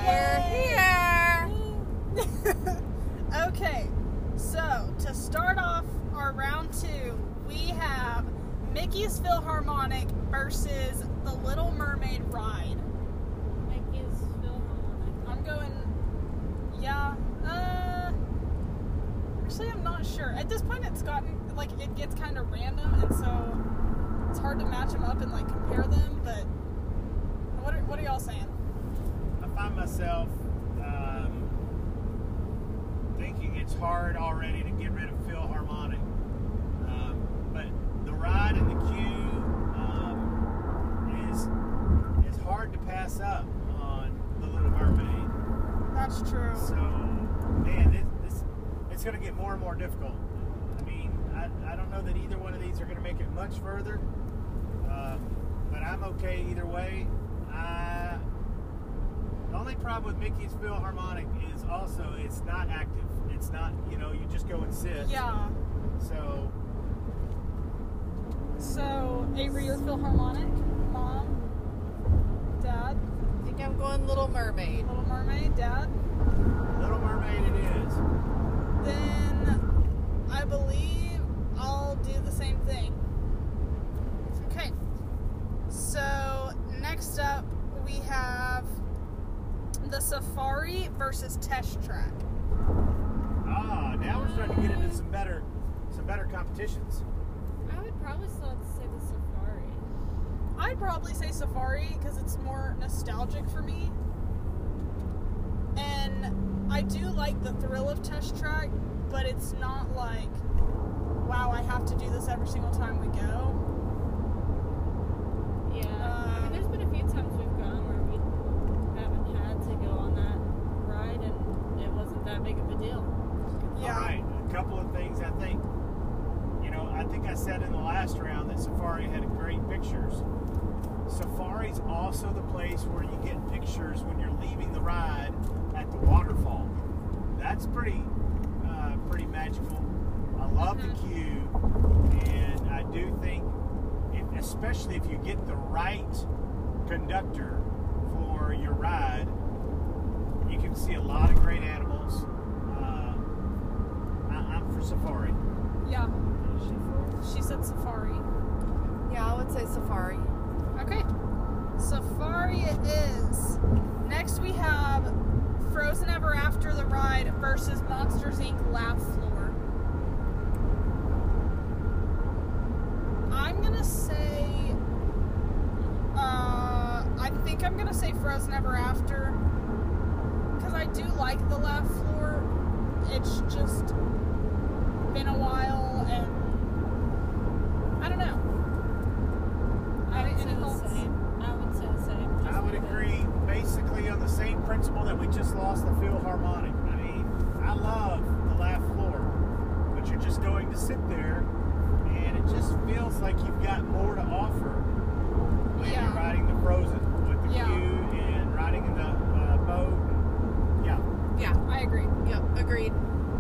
We're here.
okay, so to start off our round two, we have Mickey's Philharmonic versus the Little Mermaid ride.
Mickey's Philharmonic.
I'm going, yeah, uh, actually, I'm not sure. At this point, it's gotten, like, it gets kind of random, and so it's hard to match them up and, like, compare them, but what are, what are y'all saying?
I find myself um, thinking it's hard already to get rid of Philharmonic, um, but the ride and the queue um, is is hard to pass up on the Little Mermaid.
That's true.
So, man, this, this it's going to get more and more difficult. I mean, I, I don't know that either one of these are going to make it much further, um, but I'm okay either way. I, the only problem with Mickey's Philharmonic is also it's not active. It's not, you know, you just go and sit.
Yeah.
So,
So, Avery, your Philharmonic, mom, dad,
I think I'm going Little Mermaid.
Little Mermaid, dad.
Little Mermaid it is.
Then I believe I'll do the same thing. Okay. So next up we have the Safari versus Test Track.
Ah, now we're starting to get into some better, some better competitions.
I would probably still have to say the safari.
I'd probably say Safari because it's more nostalgic for me. And I do like the thrill of Test Track, but it's not like, wow, I have to do this every single time we go.
Yeah. I
Um,
mean, there's been a few times we've gone where we haven't had to go on that ride, and it wasn't that big of a deal.
All right, a couple of things I think. You know, I think I said in the last round that Safari had great pictures. Safari's also the place where you get pictures when you're leaving the ride at the waterfall. That's pretty, uh, pretty magical. I love the queue, and I do think, if, especially if you get the right conductor for your ride, you can see a lot of great animals. Uh, I, I'm for safari.
Yeah. She said safari.
Yeah, I would say safari.
Okay. Safari it is. Next we have Frozen Ever After the Ride versus Monsters Inc. Lab Floor. I'm gonna say uh I think I'm gonna say Frozen Ever After. Cause I do like the lab floor. It's just been a while and I don't know. I
I would say
didn't
the
know.
same. I would say the same.
I
Just
would
because-
agree, basically on the same principle that we just lost the Philharmonic. I mean, I love the laugh floor, but you're just going to sit there, and it just feels like you've got more to offer when you're
Yeah.
riding the Frozen with the
Yeah.
queue and riding in the uh, boat. Yeah,
Yeah.
I agree.
Yep. Agreed.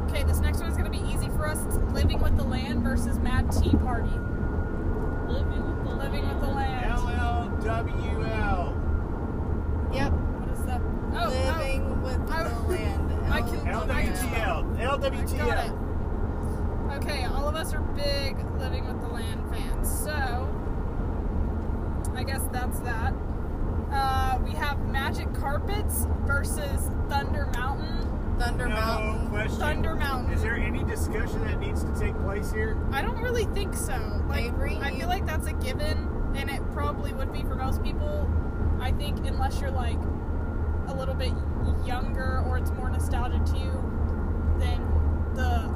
Okay, this next one's gonna be easy for us. It's Living with the Land versus Mad Tea Party.
Living with the
Living with the Land.
LLWL.
Yep.
What is that? Oh,
Living with
I-
the land.
I can-
L-
LWTL.
oh, got it.
LWTL.
Okay, all of us are big Living with the Land fans, so I guess that's that. Uh, we have Magic Carpets versus Thunder Mountain.
Thunder
No
Mountain.
question.
Thunder Mountain.
Is there any discussion that needs to take place here?
I don't really think so. Like,
agree.
I feel like that's a given, and it probably would be for most people. I think unless you're like a little bit younger or it's more nostalgic to you, then the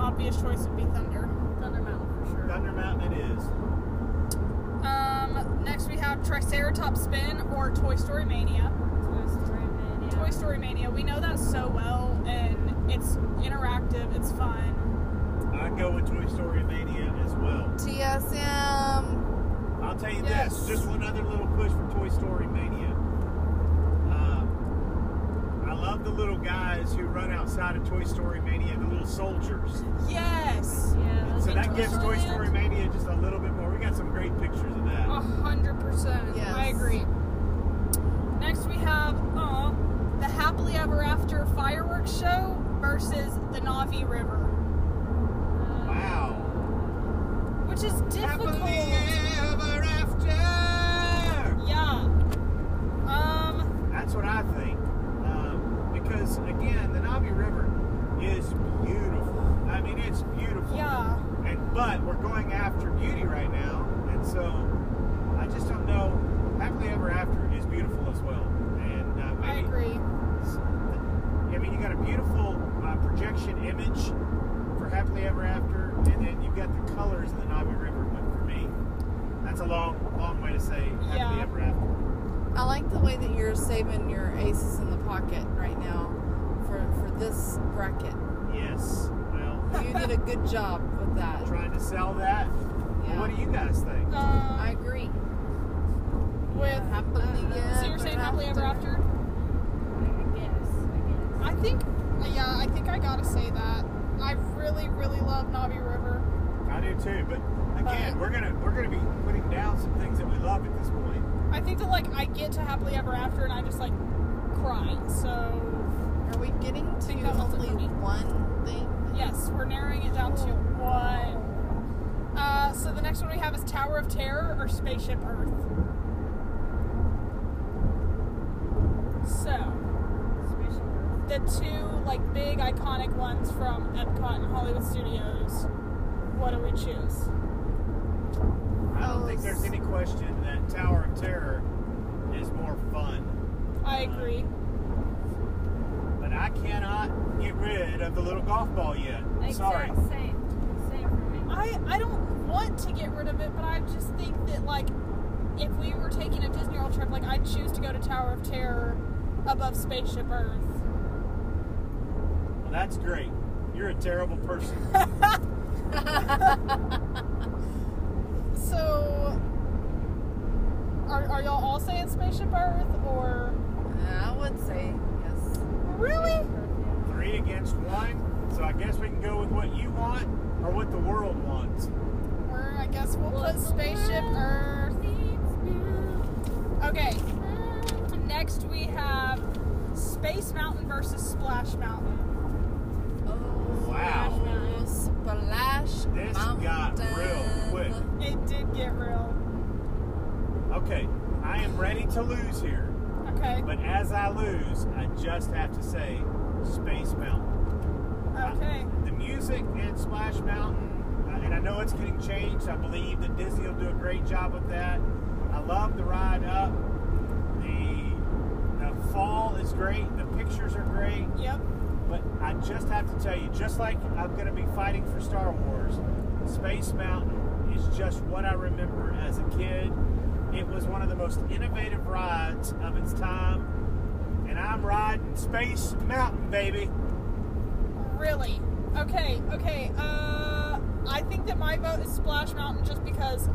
obvious choice would be Thunder.
Thunder Mountain for sure.
Thunder Mountain it is.
Um, next we have Triceratops Spin or Toy Story Mania.
Toy Story Mania.
Toy Story Mania, we know that so well, and it's interactive, it's fun.
I go with Toy Story Mania as well.
TSM.
I'll tell you
Yes.
this, just one other little push for Toy Story Mania. Um, I love the little guys who run outside of Toy Story Mania, the little soldiers.
Yes,
Yeah, those
So
are
that
Toy
gives Toy
Story
Story
Land.
Mania just a little bit more. We got some great pictures of that.
a hundred percent.
Yes.
I agree. Next we have uh, the Happily Ever After fireworks show versus the Navi River,
Wow.
which is difficult.
Happily ever after.
Yeah. Um.
That's what I think. Um, because again, the Navi River is beautiful. I mean, it's beautiful.
Yeah.
And but we're going after beauty right now, and so I just don't know. Happily ever after is beautiful as well, and uh,
I
maybe-
agree.
I mean, you got a beautiful uh, projection image for happily ever after, and then you've got the colors in the Navi River. But for me, that's a long, long way to say happily
Yeah.
ever after.
I like the way that you're saving your aces in the pocket right now for for this bracket.
Yes. Well,
You did a good job with that.
trying to sell that.
Yeah.
What do you guys think?
I
Um.
agree.
With
Happily
so you're
ever
saying Happily Ever After?
I guess. I guess.
I think, yeah, I think I gotta say that. I really, really love Navi River.
I do too, but again,
But-
we're gonna we're gonna be putting down some things that we love at this point.
I think that like I get to happily ever after and I just like cry. So
Are we getting to
think that was it for
only
me.
one thing?
yes, we're narrowing it down to one. Uh, so the next one we have is Tower of Terror or Spaceship Earth. So
Spaceship Earth.
the two like big iconic ones from Epcot and Hollywood Studios. What do we choose?
I don't
Oh,
think there's
s-
any question that Tower of Terror is more fun,
I agree.
but I cannot get rid of the little golf ball yet.
Exact
Sorry.
same. Same for me.
I I don't want to get rid of it, but I just think that like if we were taking a Disney World trip, like I'd choose to go to Tower of Terror above Spaceship Earth.
Well, that's great. You're a terrible person.
So, are, are y'all all saying Spaceship Earth or
I would say yes.
really?
Three against one. So I guess we can go with what you want or what the world wants.
Or I guess we'll put Spaceship Earth. Okay. Mm, Next we have Space Mountain versus Splash Mountain.
Oh,
Wow.
Splash
This
Mountain.
got real quick.
It did get real.
Okay, I am ready to lose here.
Okay.
But as I lose, I just have to say Space Mountain.
Okay.
The music and Splash Mountain, uh, and I know it's getting changed. I believe that Disney will do a great job with that. I love the ride up. The, the fall is great. The pictures are great.
Yep.
But I just have to tell you, just like I'm going to be fighting for Star Wars, Space Mountain is just what I remember as a kid. It was one of the most innovative rides of its time, and I'm riding Space Mountain, baby.
Really? Okay, okay. Uh, I think that my vote is Splash Mountain just because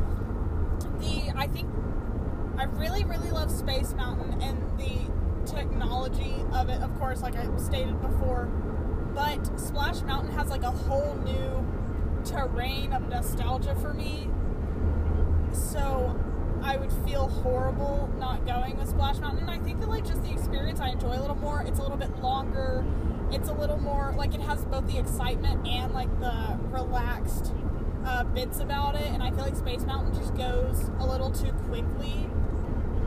the I think I really really love Space Mountain and the technology of it. Of course, like I stated before, but Splash Mountain has like a whole new terrain of nostalgia for me. So I would feel horrible not going with Splash Mountain. And I think that like just the experience I enjoy a little more. It's a little bit longer. It's a little more like it has both the excitement and like the relaxed uh, bits about it. And I feel like Space Mountain just goes a little too quickly.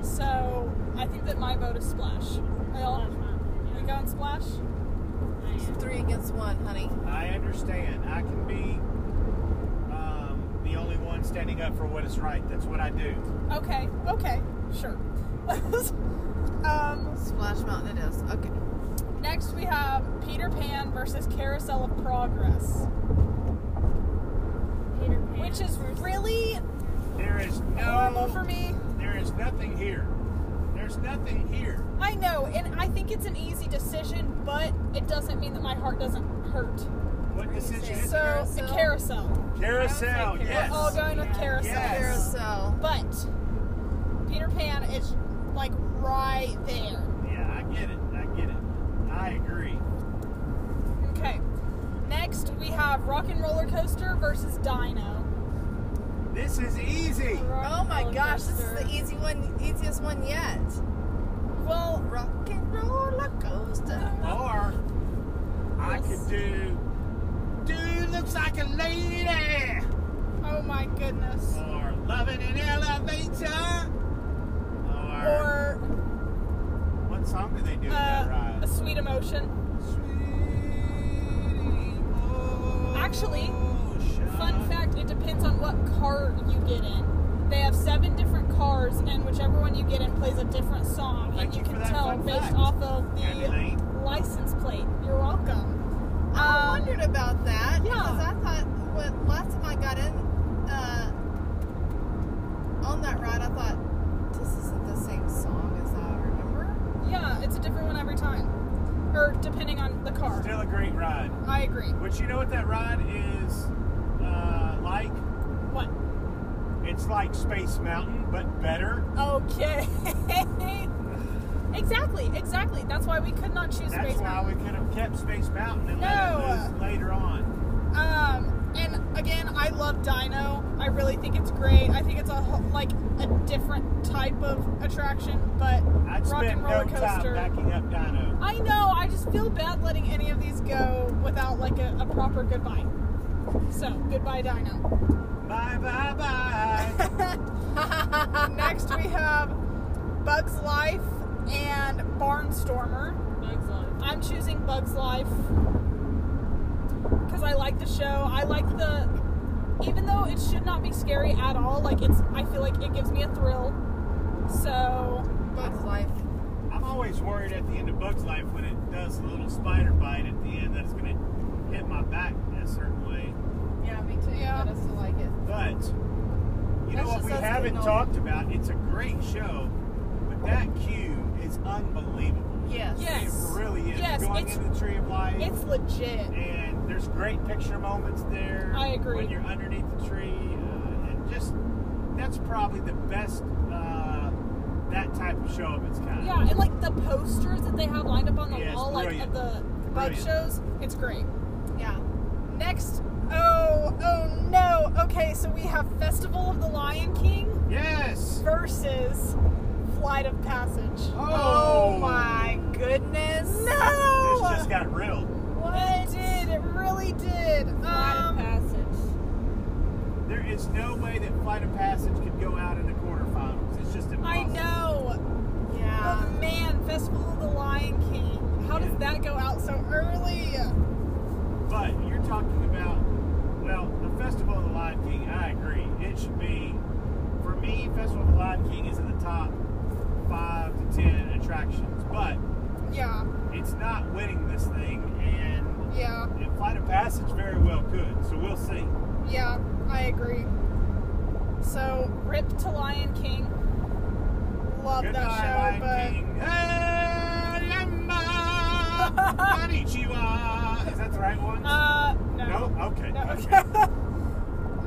So I think that my vote is Splash. Y'all, we going Splash?
Three against one, honey.
I understand. I can be um, the only one standing up for what is right. That's what I do.
Okay, okay, sure. um,
Splash Mountain it is. Okay.
Next, we have Peter Pan versus Carousel of Progress, which is really
There is
horrible Oh, for
no.
me.
There is nothing here. There's nothing here.
I know, and I think it's an easy decision, but it doesn't mean that my heart doesn't hurt.
What
do you
decision
say?
is
So,
there?
the carousel.
Carousel. Yes.
We're all going with carousel.
Yes.
Carousel.
But Peter Pan is like right there.
Yeah, I get it. I get it. I agree.
Okay. Next, we have Rock and Roller Coaster versus Dino.
This is easy.
Oh my gosh, this is the easy one, easiest one yet.
Well,
Rock and roller coaster.
Or I could do. Dude looks like a lady.
oh my goodness.
Or loving an elevator. Or,
Or
what song do they do in that
uh, a
ride?
sweet emotion.
Sweet
Actually,
emotion.
Fun fact, it depends on what car you get in. They have seven different cars, and whichever one you get in plays a different song.
Thank
and you,
you for
can
that
tell
fun
based
fact,
off of the
Andy Lane.
license plate. You're welcome.
I
Um,
wondered about that
Yeah.
because I thought when last time I got in uh, on that ride, I thought this isn't the same song as I remember.
yeah, it's a different one every time. Or depending on the car.
Still a great ride.
I agree.
But you know what that ride is uh, like?
What?
It's like Space Mountain, but better.
Okay. exactly, exactly. That's why we could not choose
That's
Space
why
Mountain.
we could have kept Space Mountain and let it
No.
lose later on.
Um, and again, I love Dino. I really think it's great. I think it's a whole, like a different type of attraction, but
I'd
rock
spend
and
no
roller
time
coaster.
backing up Dino.
I know. I just feel bad letting any of these go without like a, a proper goodbye. So goodbye, Dino.
Bye, bye, bye.
Next we have Bugs Life and Barnstormer. I'm choosing Bugs Life because I like the show. I like the, even though it should not be scary at all. Like it's, I feel like it gives me a thrill. So
Bugs Life.
I'm always worried at the end of Bug's Life when it does a little spider bite at the end that it's going to hit my back a certain way.
Yeah, me too.
Yeah.
But I still like it.
But you know
That's
what
just
we
us
haven't
getting older.
talked about? It's a great show, but that queue is unbelievable.
Yes.
Yes.
It really is.
Yes,
Going
it's-
in the Tree of Life.
It's legit.
and there's great picture moments there.
I agree.
When you're underneath the tree, uh, and just that's probably the best uh, that type of show of its kind.
Yeah, and like the posters that they have lined up on the
Yeah, it's
wall, like
brilliant.
at the bike
Brilliant.
shows, it's great.
Yeah.
Next, oh, oh no. Okay, so we have Festival of the Lion King
Yes.
versus Flight of Passage.
Oh.
my goodness.
This
No!
just got real.
It did. It really did.
Flight of
Um,
passage.
There is no way that Flight of Passage could go out in the quarterfinals. It's just impossible.
I know.
Yeah.
But Oh, man, Festival of the Lion King. How does that go out so early?
But you're talking about, well, the Festival of the Lion King, I agree. It should be, for me, Festival of the Lion King is in the top five to ten attractions. But
Yeah,
it's not winning this thing, and,
yeah,
and Flight of Passage very well could. So we'll see.
yeah. I agree. So, rip to Lion King. Love that
Goodbye,
show,
Lion
but
King. Hey, Yamma, konnichiwa. Is that the right one?
uh, no.
no? Okay.
No,
okay.
okay.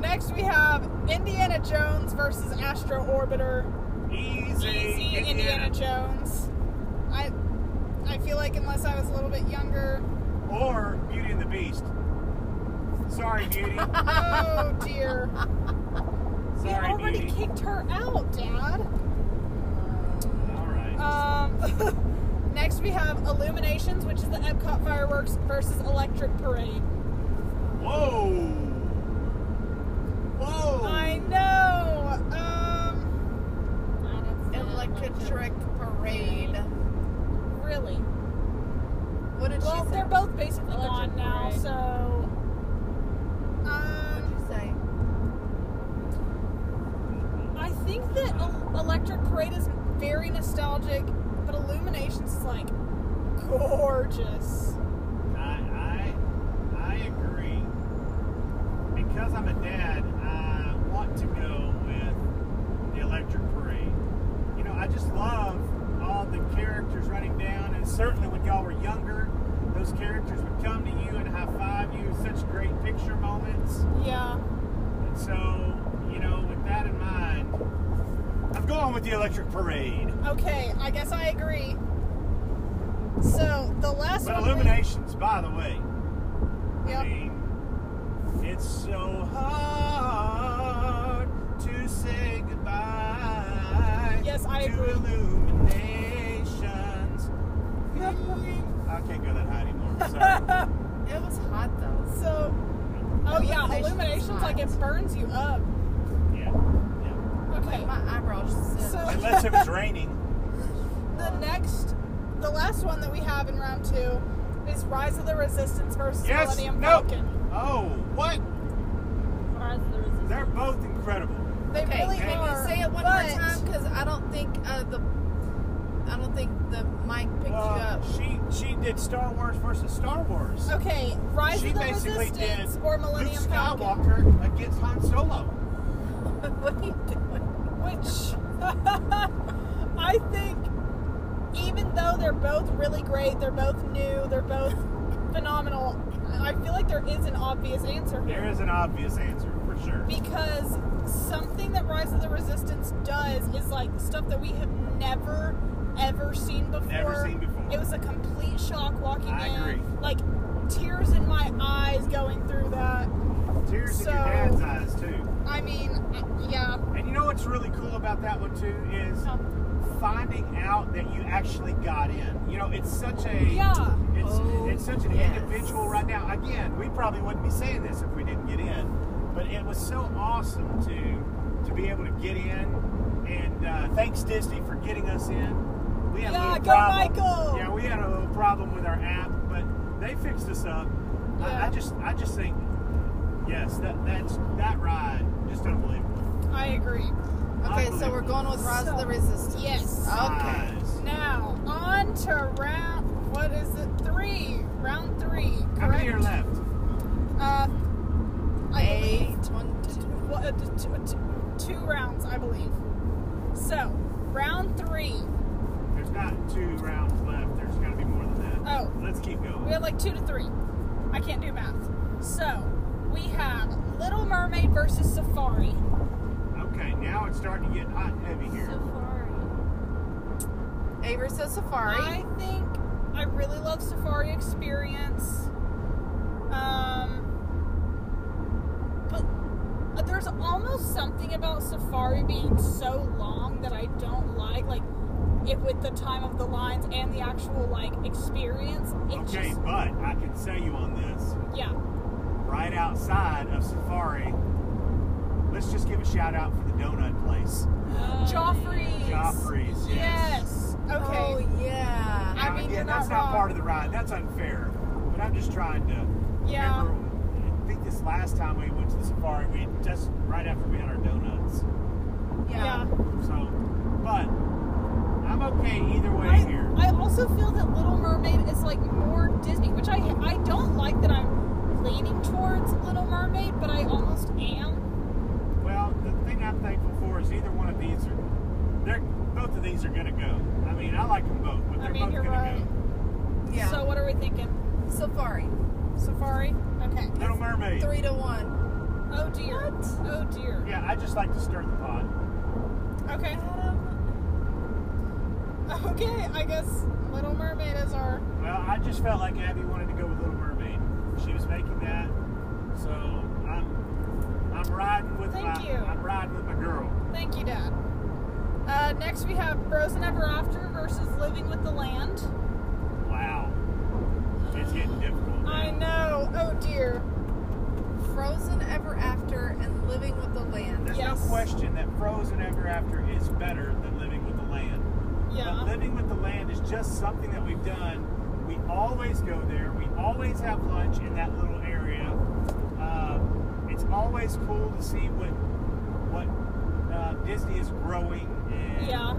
Next, we have Indiana Jones versus Astro Orbiter.
Easy,
easy Indiana. Jones. I I feel like unless I was a little bit younger.
Or Beauty and the Beast. Sorry, Beauty.
Oh dear. We
Sorry,
already
Beauty.
kicked her out, Dad.
All right.
Uh, Um next we have Illuminations, which is the Epcot fireworks versus Electric Parade.
Whoa. Whoa.
I know. Um
Mine is the
Electric parade.
really.
What did
Well,
she say?
they're both basically
Electric
gone now,
Parade.
so um
What did you say?
I think that El- Electric Parade is very nostalgic, but Illuminations is like gorgeous.
I, I, I agree. Because I'm a dad, I want to go with the electric parade. You know, I just love all the characters running down, and certainly when y'all were younger, those characters would come to you and high five you. Such great picture moments.
Yeah.
And so, you know, with that in mind, I'm going with the electric parade.
Okay, I guess I agree. So the last
But
one.
Illuminations, by the way. I
Yep.
mean, it's so hard to say goodbye.
Yes, I
to
agree.
Illuminations. I can't go that high anymore. Sorry.
It was hot though.
So. Oh yeah,
Illuminations
Illuminations like it
hot.
burns you up.
yeah, yeah.
Okay.
My eyebrows just
So-
Unless it was raining.
The next, the last one that we have in round two is Rise of the Resistance versus
Yes.
Millennium
No.
Falcon.
Oh, what?
Rise of the Resistance.
They're both incredible.
They
okay,
really
can
are.
you say it one
but
more time? Because I don't think uh, the I don't think the mic picked you
Well,
up.
she Uh, she did Star Wars versus Star Wars.
Okay, Rise
she
of the
basically
Resistance
did
or Millennium
Luke
Falcon.
Skywalker against Han Solo.
what are you doing?
which I think, even though they're both really great, they're both new, they're both phenomenal. I feel like there is an obvious answer here
There is an obvious answer for sure.
because something that Rise of the Resistance does is like stuff that we have never ever seen before.
Never seen before.
It was a complete shock walking
I
in.
agree.
Like tears in my eyes going through that.
Tears
So-
in your dad's eyes too.
I mean, uh, yeah.
And you know what's really cool about that one too is finding out that you actually got in. You know, it's such a
Yeah.
it's
Oh,
it's such an
yes.
individual right now. Again, we probably wouldn't be saying this if we didn't get in, but it was so awesome to to be able to get in. And uh, thanks Disney for getting us in. We had
Yeah,
a little
go
problem.
Michael!
Yeah, we had a little problem with our app, but they fixed us up. I,
Yeah.
I just I just think yes, that that's that ride just unbelievable.
I agree.
Okay, so we're
Unbelievable.
going with Rise of the
So-
Resistance.
Yes.
Okay.
Guys.
Now, on to round, what is it? Three. Round three. Correct?
How many are left?
Uh, I
A
believe.
twenty-two.
Well, uh, two, two, two rounds, I believe. So, round three.
There's not two rounds left. There's got
Uh, Oh, at like two to three. I can't do math. So we have Little Mermaid versus Safari.
Okay, now it's starting to get hot and heavy here.
Safari.
Avery says Safari.
I think I really love Safari Experience. Um, but uh, there's almost something about Safari being so long that I don't like, like it with the time of the lines and the actual like experience. It
Okay,
just
but I can say you on this.
yeah.
Right outside of Safari, let's just give a shout out for the donut place.
Joffrey's.
Uh, Joffrey's, yes.
Yes. Okay.
Oh yeah.
I mean,
yeah,
you're
that's
not
not
wrong.
part of the ride. That's unfair. But I'm just trying to
Yeah.
remember. I think this last time we went to the Safari, we just right after we had our donuts.
yeah.
So, but I'm okay either way here.
I, I also feel that Little Mermaid is like more Disney, which I I don't like that I'm leaning towards Little Mermaid, but I almost am.
Well, the thing I'm thankful for is either one of these are, they're both of these are gonna go. I mean, I like them both, but
I
they're
mean,
both
you're
gonna
right.
Yeah.
So what are we thinking?
Safari.
Safari? Okay.
go. Little Mermaid.
Three to one.
Oh dear. Oh dear.
Yeah, I just like to stir the pot.
Okay. Okay, I guess Little Mermaid is our.
Well, I just felt like Abby wanted to go with Little Mermaid. She was making that, so I'm I'm riding with
Thank
my
you.
I'm riding with my girl.
Thank you, Dad. Uh, next we have Frozen Ever After versus Living with the Land.
Wow, it's getting difficult.
I know. Oh dear.
Frozen Ever After and Living with the Land.
There's
Yes.
no question that Frozen Ever After is better than Living with the Land. But
Yeah.
living with the land is just something that we've done. We always go there. We always have lunch in that little area. Uh, it's always cool to see what what uh, Disney is growing. And,
Yeah.
Uh,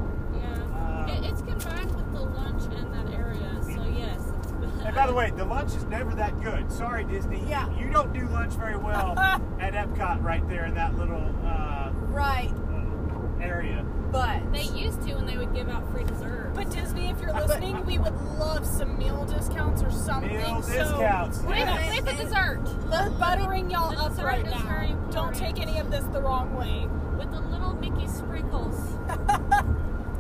Yeah. It, it's combined with the lunch in that area, so yes. It's
And by the way, the lunch is never that good. Sorry, Disney.
Yeah.
You don't do lunch very well at Epcot, right there in that little uh,
Right,
uh, area.
but
They used to when they would give out free dessert.
But Disney, if you're
I- but-
listening, we would love some meal discounts or something.
Meal
so
discounts.
with,
Yeah.
with the dessert,
We're buttering y'all
The
up
dessert
right
is
now.
very important.
Don't take any of this the wrong way.
with the little Mickey sprinkles.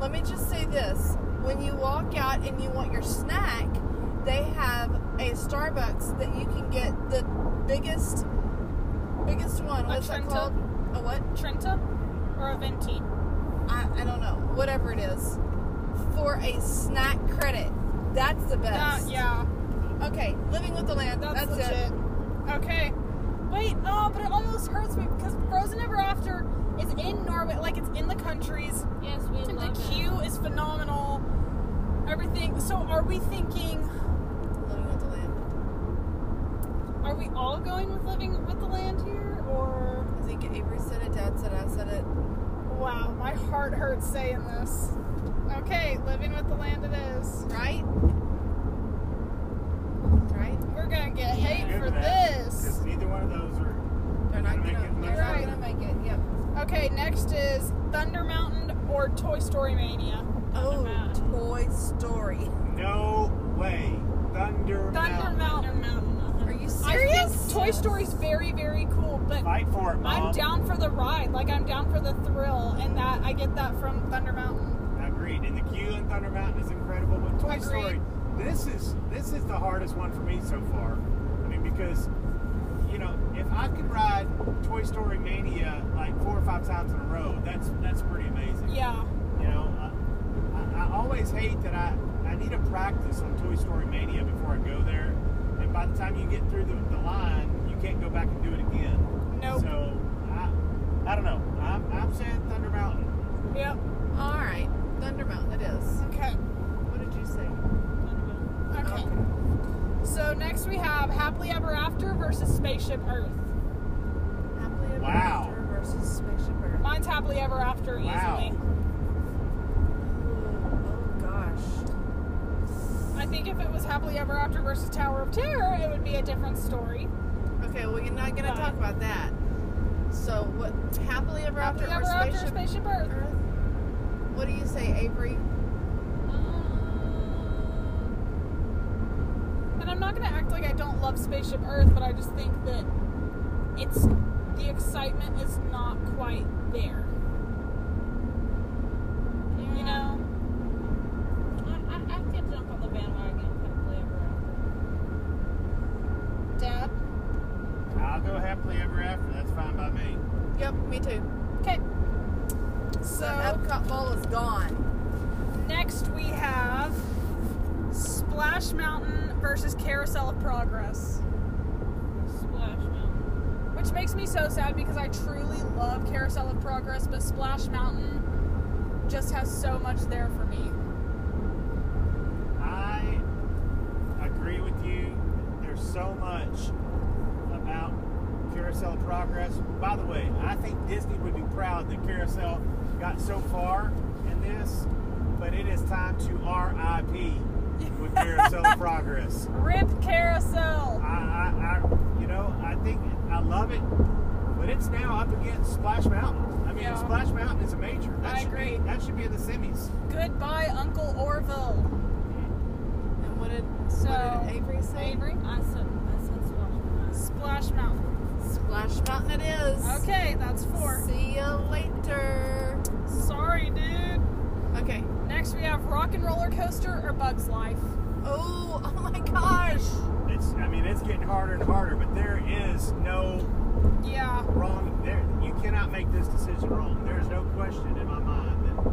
let me just say this. When you walk out and you want your snack, they have a Starbucks that you can get the biggest biggest one. What's that
Trenta?
called? A what?
Trenta or a venti?
I, I don't know. Whatever it is. For a snack credit. That's the
That,
best.
yeah,
Okay, living with the land.
that's,
That's,
legit.
it.
Okay. Wait, oh, but it almost hurts me because Frozen Ever After is in Norway, like it's in the countries.
Yes, we
The
love it.
queue is phenomenal. Everything. So are we thinking?
Living with the land.
Are we all going with living with the land here, or?
I think Avery said it, Dad said it, I said it.
Wow, my heart hurts saying this. Okay, living with the land it is.
Right? Right?
We're gonna get hate
Good
for
that.
this.
Because neither one of those are.
They're not
Make
gonna
it-
they're
Right.
not gonna make it. Yep.
Okay, next is Thunder Mountain or Toy Story Mania.
Oh,
Mountain.
Toy Story.
No way. Thunder.
Thunder
Mountain.
Thunder
Mountain.
Are
Mountain.
you
I
serious?
think Toy Story's very, very cool, but
Fight for it, Mom.
I'm down for the ride. Like I'm down for the thrill, and that I get that from Thunder Mountain.
Agreed. And the queue in Thunder Mountain is incredible, but Toy
Agreed.
Story, this is this is the hardest one for me so far. I mean, because you know, if I could ride Toy Story Mania like four or five times in a row, that's that's pretty amazing.
Yeah.
You know, I, I, I always hate that I I need to practice on Toy Story Mania before I go there, and by the time you get through the, the line, you can't go back and do it again.
Nope.
So I I don't know. I'm I'm saying Thunder Mountain.
Yep.
All right, Thunder Mountain. It is.
Okay.
What did you say?
Okay. So next we have Happily Ever After versus Spaceship Earth.
Happily Ever
Wow.
After versus Spaceship Earth.
Mine's Happily Ever After easily.
Wow.
Oh gosh.
I think if it was Happily Ever After versus Tower of Terror, it would be a different story.
Okay, well you're not gonna talk about that. So what? Happily Ever After
Happily Ever
or
After,
Spaceship
Spaceship Earth.
Earth? What do you say, Avery?
Um,
And I'm I'm not gonna act like I don't love Spaceship Earth, but I just think that it's the excitement is not quite there. You know?
I, I, I could jump on the bandwagon and happily ever after.
Dad.
I'll go happily ever after. That's fine by me.
Yep, me too.
Okay.
The
So
Epcot Mall is gone.
next we have Splash Mountain versus Carousel of Progress.
Splash Mountain.
Which makes me so sad because I truly love Carousel of Progress, but Splash Mountain just has so much there for me.
I agree with you. There's so much about Carousel of Progress. By the way, I think Disney would be proud that Carousel got so far in this, but it is time to RIP with Carousel of Progress.
Rip
I,
Carousel!
I, I, you know, I think I love it, but it's now up against Splash Mountain. I mean,
Yeah.
Splash Mountain is a major. That
I
should be-
agree.
that should be in the semis.
Goodbye, Uncle Orville.
And what did, what
So,
did Avery say?
Avery?
I said, I said Splash Mountain.
Splash Mountain.
Splash Mountain it is.
Okay, that's four.
See you later.
Sorry, dude.
Okay.
Next we have Rock and Roller Coaster or Bug's Life.
Oh, oh my gosh.
Oh
It's, I mean, it's getting harder and harder, but there is no
Yeah.
wrong. There, you cannot make this decision wrong. There is no question in my mind that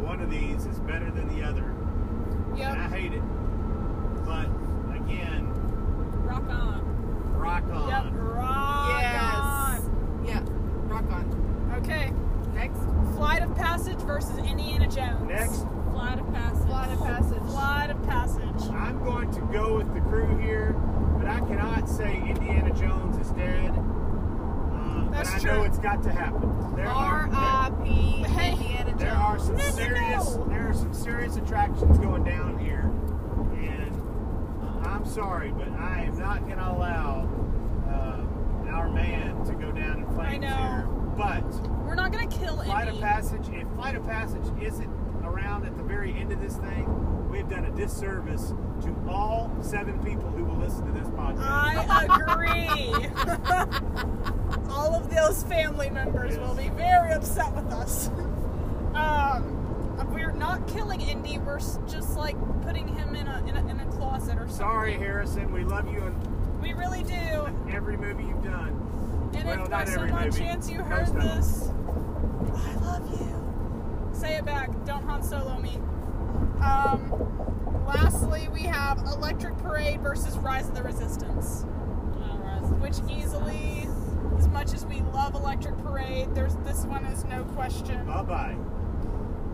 one of these is better than the other, and I
Yep.
hate it. But again,
Rock on.
rock on.
Yep. Rock
yes.
on.
Yeah. Rock on.
Okay.
Next.
Flight of Passage versus Indiana Jones.
Next,
Flight of Passage.
Flight of passage.
Flight of Passage.
I'm going to go with the crew here, but I cannot say Indiana Jones is dead. Uh,
That's
but I
true.
know it's got to happen. There are there,
R.I.P.
Hey.
Indiana Jones.
there are some
No, no,
serious
no.
there are some serious attractions going down here, and uh, I'm sorry, but I am not going to allow um, our man to go down in flames
I know.
here. But
We're not gonna kill
Flight
Indy.
of Passage, if Flight of Passage isn't around at the very end of this thing, we've done a disservice to all seven people who will listen to this podcast.
I agree. All of those family members will be very upset with us. Um, we're not killing Indy. We're s- just like putting him in a in a, in a closet or something.
Sorry, Harrison, we love you in
We really do. And
every movie you've done. Well,
if
not
by some
every
odd
movie.
chance you
Most
heard
of them.
this, I love you. Say it back. Don't Han Solo me. Um, lastly, we have Electric Parade versus Rise of the Resistance. which easily, as much as we love Electric Parade, there's this one is no question.
Bye bye.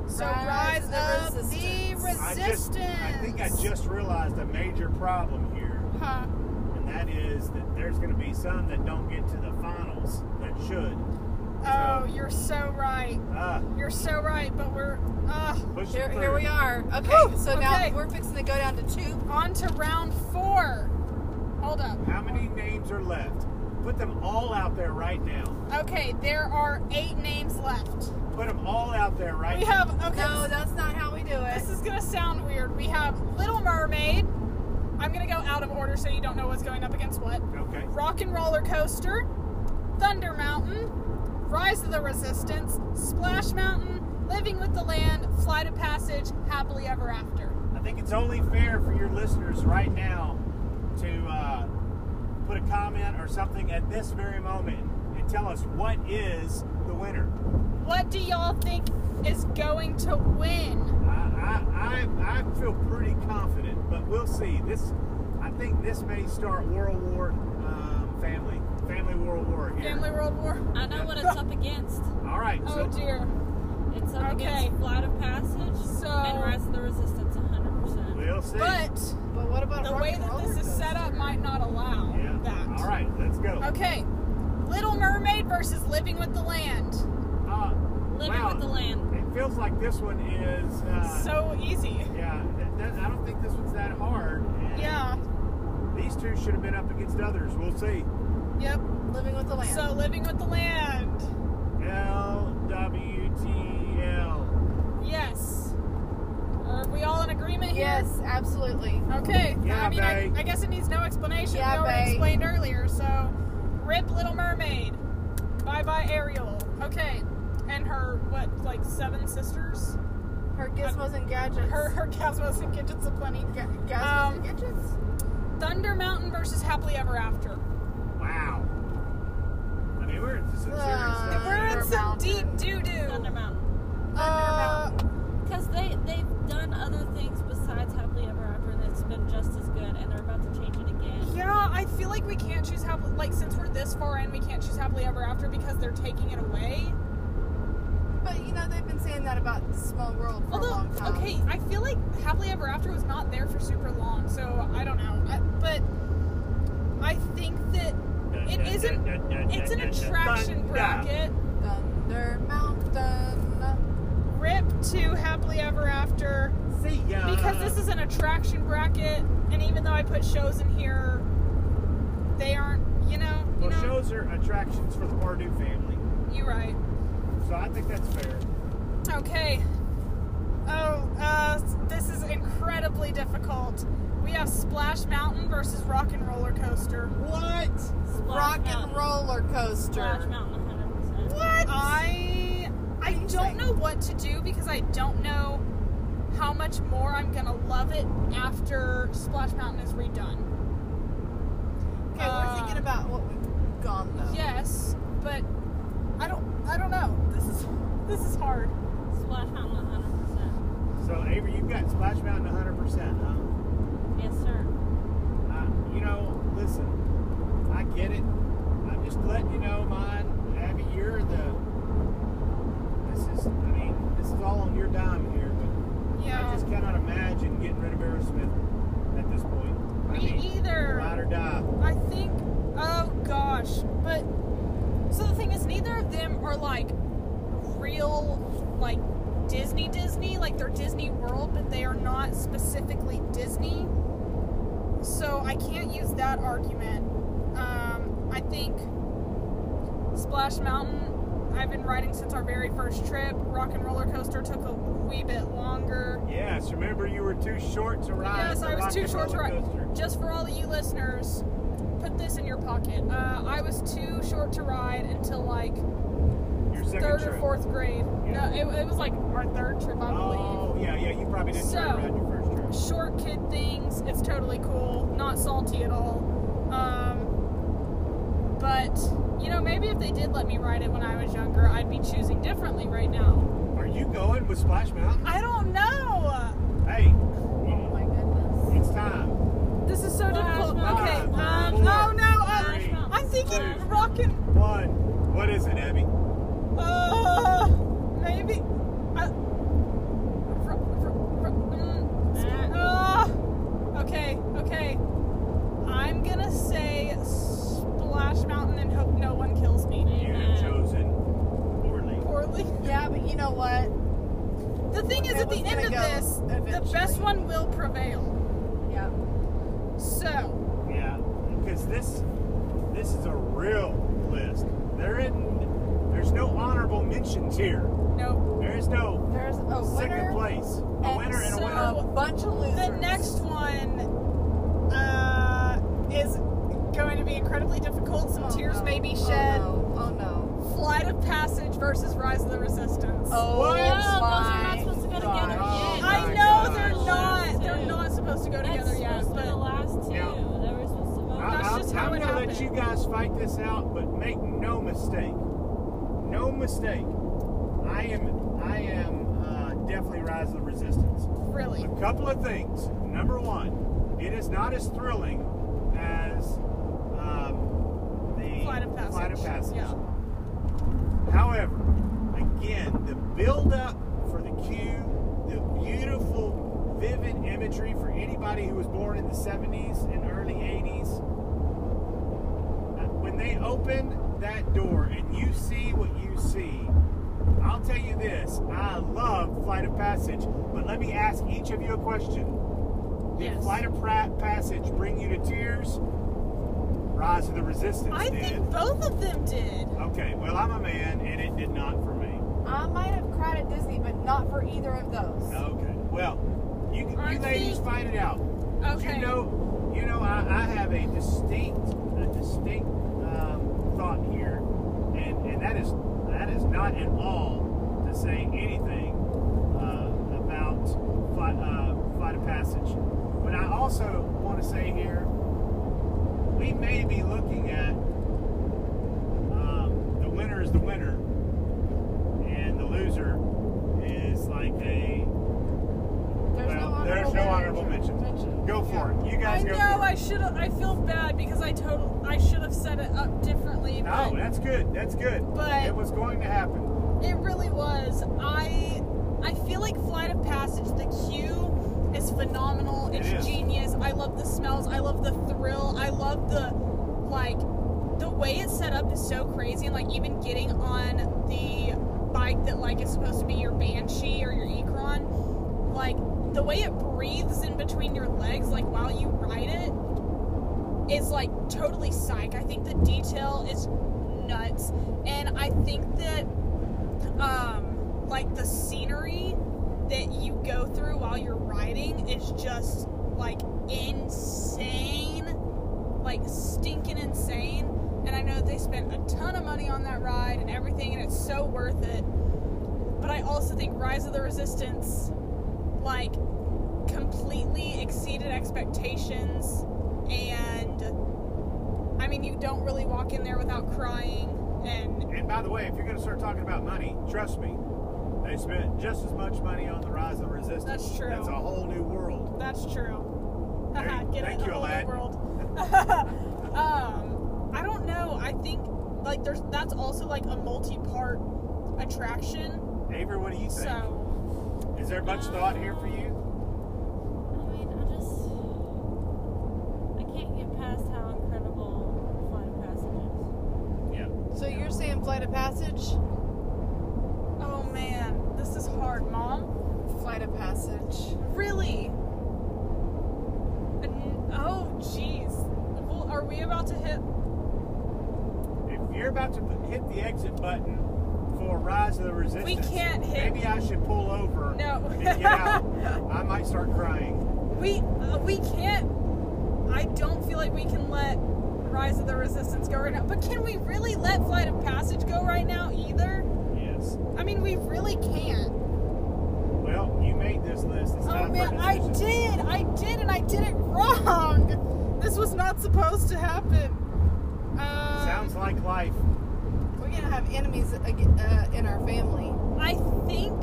So
Rise
rise,
of
of the resistance.
I just, I think I just realized a major problem here,
Huh.
and that is that there's going to be some that don't get to the finals that should.
Oh, you're so right.
Uh,
You're so right. But we're uh,
push
Here,
it
here we
through.
are. Okay, so
okay.
now we're fixing to go down to two.
on to round four. Hold up.
How many names are left? Put them all out there right now.
Okay, there are eight names left.
Put them all out there right
We
now.
have okay.
No, that's not how we do
This
it.
is gonna sound weird. We have Little Mermaid. I'm gonna go out of order so you don't know what's going up against what.
Okay.
Rock and Roller Coaster, Thunder Mountain, Rise of the Resistance, Splash Mountain, Living with the Land, Flight of Passage, Happily Ever After.
I think it's only fair for your listeners right now to uh, put a comment or something at this very moment and tell us what is the winner.
What do y'all think is going to win?
I, I, I, I feel pretty confident, but we'll see. This, I think this may start World War um, family family World War here.
Family World War.
I know what it's up against.
All right.
Oh
so
dear.
It's up
Okay.
against Flight of Passage
So-
and Rise of the Resistance 100%.
we'll see.
But
But what about
the
rock
way
and
that
roller
this is set up might not allow
yeah.
that.
All right. Let's go.
Okay. Little Mermaid versus Living with the Land.
Uh,
Living
wow.
with the Land.
It feels like this one is. Uh,
So easy.
Yeah, that, that, I don't think this one's that hard. and
Yeah.
These two should have been up against others. We'll see.
Yep.
coaster? Living with the land.
So Living with the Land.
L W T L.
Yes. Or we all in agreement here?
Yes, absolutely.
Okay.
Yeah,
I mean, I,
bae.
I guess it needs no explanation.
Yeah,
we already
bae.
explained earlier. So, rip Little Mermaid. Bye bye Ariel. Okay. And her what, like seven sisters?
Her gizmos and gadgets.
Her her Cosmos and Kitchens of Plenty.
Ga- gizmos
Um,
and gadgets.
Thunder Mountain versus Happily Ever After.
Wow. I mean, we're into some serious
Uh,
stuff.
We're in
here.
Thunder
some deep
Mountain.
doo
Thunder
doo.
Mountain.
Uh,
Because they, they've done other things besides Happily Ever After and it's been just as good and they're about to change it again.
Yeah, I feel like we can't choose happily like since we're this far in, we can't choose happily ever after because they're taking it away.
but you know they've been saying that about Small World for a
Although,
long time.
okay, I feel like Happily Ever After was not there for super long, so I don't know. I, but I think that it isn't. It's an attraction bracket.
Thunder Mountain.
Rip to Happily Ever After
See ya.
because this is an attraction bracket, and even though I put shows in here, they aren't. You know. You
Well,
know.
shows are attractions for the Pardue family,
You're right.
so I think that's fair.
Okay. Oh, uh, this is incredibly difficult. We have Splash Mountain versus Rock and Roller Coaster.
What?
Splash
Rock and
Mountain.
roller
Splash
coaster.
Mountain 100%.
I I
do you
don't
think?
know what to do because I don't know how much more I'm gonna love it after Splash Mountain is redone.
Okay, we're thinking about what we've gone though.
Yes, but I don't I don't know. This is this is hard.
Splash Mountain 100%.
So Avery, you've got Splash Mountain 100, percent huh?
Yes, sir.
Uh, you know, listen, I get it. I'm just letting you know, mine, Abby, you're the. This is, I mean, this is all on your dime here, but I
Yeah.
just cannot imagine getting rid of Aerosmith at this point. I
Me
mean,
either.
Ride or die.
I think. Oh gosh, but so the thing is, neither of them are like real, like Disney Disney. Like they're Disney World, but they are not specifically Disney. So I can't use that argument. Um, I think Splash Mountain. I've been riding since our very first trip. Rock and Roller Coaster took a wee bit longer.
Yes, remember you were too short to ride.
Yes,
the
I was
Rock
too
and
short to
Roller
ride.
Coaster.
Just for all of you listeners, put this in your pocket. Uh, I was too short to ride until like
Your second
third
trip.
or fourth grade.
Yeah.
No, it, it was like our third trip, I believe.
Oh, yeah, yeah, you probably didn't try
So-
to ride your first trip.
Short kid things. It's totally cool. Not salty at all. Um, but you know, maybe if they did let me ride it when I was younger, I'd be choosing differently right now.
Are you going with Splash Mountain?
I don't know.
Hey,
Oh my goodness.
it's time.
This is so
Flash
difficult.
mob.
Okay. Um,
Four,
oh no.
Flash
I,
mob.
I'm
Two.
thinking rockin'.
One. What is it, Abby?
Uh, maybe. Uh, fr- fr- fr- mm,
Ah.
uh, okay, okay. I'm gonna say Splash Mountain and hope no one kills me. Uh,
You have chosen poorly.
Poorly.
Yeah, but you know what?
The thing is,
It
at the
was
end
gonna
of
go
this, the best
eventually.
one will prevail.
Yeah.
So,
Yeah, because this this is a real list. There isn't. There's no honorable mentions here.
nope.
There is no
There's a
second
winner
place. A winner and a
so-
winner.
a bunch of losers.
The next one uh, is going to be incredibly difficult. Some
Oh,
tears
no.
may be shed.
Oh no. Oh no.
Flight of Passage versus Rise of the Resistance.
Oh
What?
No, those are
my
not supposed to go together
God.
yet.
Oh
I
my
know
God.
they're not. They're not supposed to go
That's
together Uh, yet.
supposed to be the
But
last two.
Yeah.
They were supposed to vote.
I-
that's
I'm-
just how
I'm
it
gonna let
happened.
you guys fight this out, but make no mistake. No mistake. I am. I am uh, definitely Rise of the Resistance.
really,
A couple of things. Number one, it is not as thrilling as um, the
Flight of Passage.
Flight of Passage.
Yeah.
However, again, the build up for the queue, the beautiful, vivid imagery for anybody who was born in the 70s and early 80s. Uh, When they open that door and you see what you see, I'll tell you this I love Flight of Passage, but let me ask each of you a question. Did
Yes.
Flight of pra- Passage bring you to tears? Rise of the Resistance
I
did.
think both of them did.
Okay, well, I'm a man, and it did not for me.
I might have cried at Disney, but not for either of those.
Okay, well, You,
Or
you
it's
ladies
the-
find it out.
Okay.
You know, you know, I, I have a distinct, a distinct um, thought here, and, and that is that is not at all to say anything uh, about flight, uh, flight of passage. But I also want to say here, we may be looking at um, the winner is the winner, and the loser is like a
There's no
Well,
honorable,
there's no honorable mentions. go for it. You
I
guys go.
know
for it.
I should. I feel bad because I total. I should have set it up differently.
No,
but
Oh, that's good. That's good.
But-
it was going to happen.
It really was. I I feel like Flight of Passage, the cue is phenomenal.
It
It's
is.
genius. I love the smells. I love the thrill. I love the like the way it's set up is so crazy and like even getting on the bike that like is supposed to be your banshee or your Ekron, like the way it breathes in between your legs, like while you ride it, is like totally psych. I think the detail is nuts, and I think that um, like the scenery that you go through while you're riding is just like insane, like stinking insane. And I know that they spent a ton of money on that ride and everything, and it's so worth it. But I also think Rise of the Resistance, like, completely exceeded expectations. And I mean, you don't really walk in there without crying. And
And by the way, if you're going to start talking about money, trust me, they spent just as much money on the rise of the resistance.
That's true.
That's a whole new world.
That's true.
There you-
Get
thank
it, the
you,
whole new
Aladdin.
world. um, I don't know. I think like there's that's also like a multi-part attraction.
Avery, what do you think?
So uh,
Is there much thought here for you?
I mean, I just I can't get past how incredible Flight of Passage is.
Yeah.
So you're saying Flight of Passage?
oh man, this is hard, mom.
Flight of Passage.
Really? An- Oh jeez. Well, are we about to hit?
If you're about to put- hit the exit button for rise of the resistance,
can't hit-
Maybe I should pull over.
No.
And get out. I might start crying.
We uh, we can't. I don't feel like we can let Rise of the Resistance go right now. But can we really let Flight of Passage go right now either?
Yes.
I mean, we really can't.
Well, you made this list. It's
Oh
time
man,
for
I
decisions.
did, I did, and I did it wrong. This was not supposed to happen. Um,
Sounds like life.
We're gonna have enemies ag- uh, in our family.
I think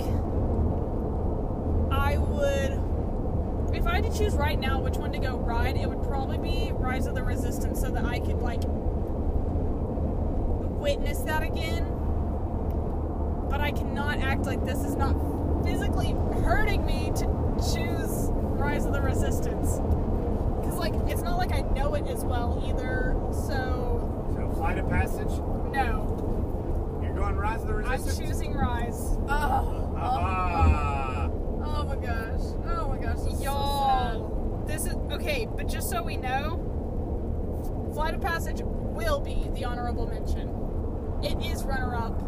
I would, if I had to choose right now which one to go ride, it would probably be Rise of the Resistance, so that I could like witness that again. But I cannot act like this is not physically hurting me to choose Rise of the Resistance, because like it's not like I know it as well either. So
So, flight of passage.
no,
You're going rise of the
I'm
resistance.
choosing Rise.
Oh,
Ah,
oh my gosh. Oh my gosh. this is so
Y'all, this is okay, but just so we know, Flight of Passage will be the honorable mention. It is runner up,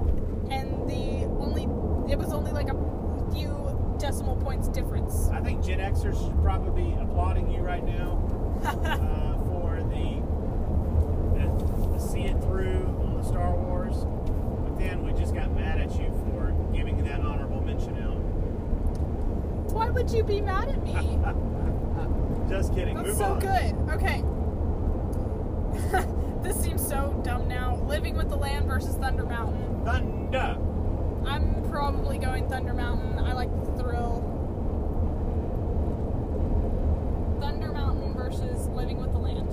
and the only it was only like a few decimal points difference.
I think Gen Xers should probably be applauding you right now uh, for the, the the see it through on the Star Wars. But then we just got mad at you for giving that honorable mention out.
Why would you be mad at me?
Just kidding.
That's
Move
so
on.
good. Okay. this seems so dumb now. Living with the Land versus Thunder Mountain.
Thunder.
I'm probably going Thunder Mountain. I like the thrill. Thunder Mountain versus Living with the Land.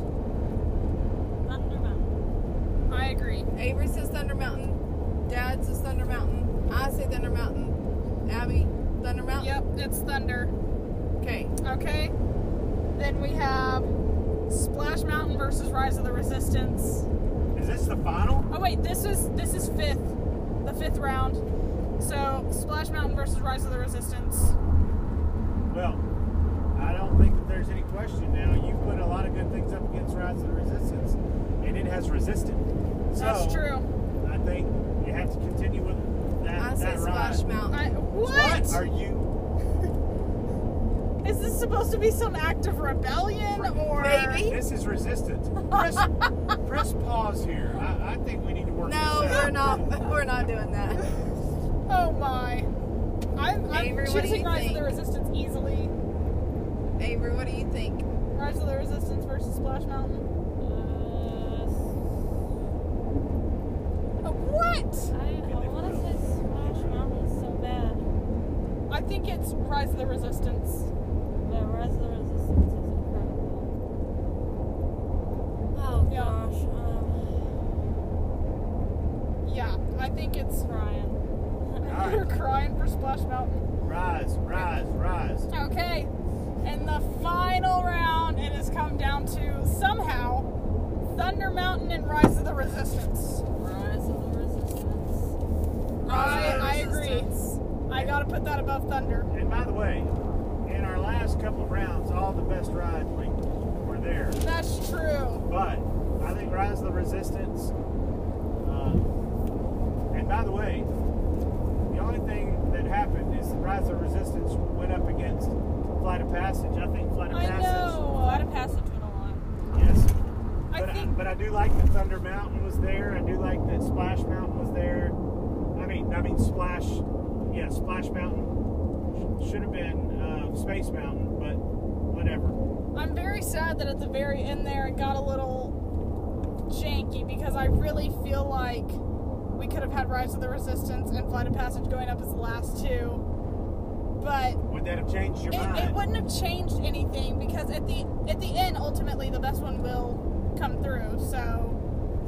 Thunder Mountain.
I agree.
sad. Avery says Thunder Mountain. Dad says Thunder Mountain. I say Thunder Mountain. Abby, Thunder Mountain.
Yep, it's Thunder.
Okay.
Okay. Then we have Splash Mountain versus Rise of the Resistance.
Is this the final?
Oh wait, this is this is fifth, the fifth round. So Splash Mountain versus Rise of the Resistance.
Well, I don't think that there's any question now. You put a lot of good things up against Rise of the Resistance, and it has resisted. So,
That's true.
I think you have to continue with that.
I
that
say
ride.
Splash Mountain.
I,
What
what?
are you?
Is this supposed to be some act of rebellion or
Maybe.
This is resistant. Press, press pause here. I, I think we need to work
No,
this out.
we're not. We're not doing that.
Oh my! I'm, I'm
Avery, what do
choosing
you
Rise
think?
of the Resistance easily.
Avery, what do you think?
Rise of the Resistance versus Splash Mountain. Uh, What? I think it's Rise of the Resistance.
Oh
Yeah.
gosh, um,
Yeah, I think it's.
Brian.
You're crying for Splash Mountain.
Rise, rise, rise.
Okay, and the final round, it has come down to somehow Thunder Mountain and Rise of the Resistance.
Rise of the Resistance.
I, I agree. I gotta put that above Thunder.
And by the way, in our last couple of rounds, all the best rides we were there.
That's true.
But I think Rise of the Resistance. Um, and by the way, the only thing that happened is Rise of the Resistance went up against Flight of Passage. I think Flight of
I
Passage.
know.
Lot of passage went along.
Yes.
I
But I,
think-
but I do like that Thunder Mountain was there. I do like that Splash Mountain was there. I mean, I mean Splash. Yeah, Splash Mountain sh- should have been uh, Space Mountain, but whatever.
I'm very sad that at the very end there it got a little janky because I really feel like we could have had Rise of the Resistance and Flight of Passage going up as the last two. But
Would that have changed your mind?
it, it wouldn't have changed anything because at the at the end ultimately the best one will come through so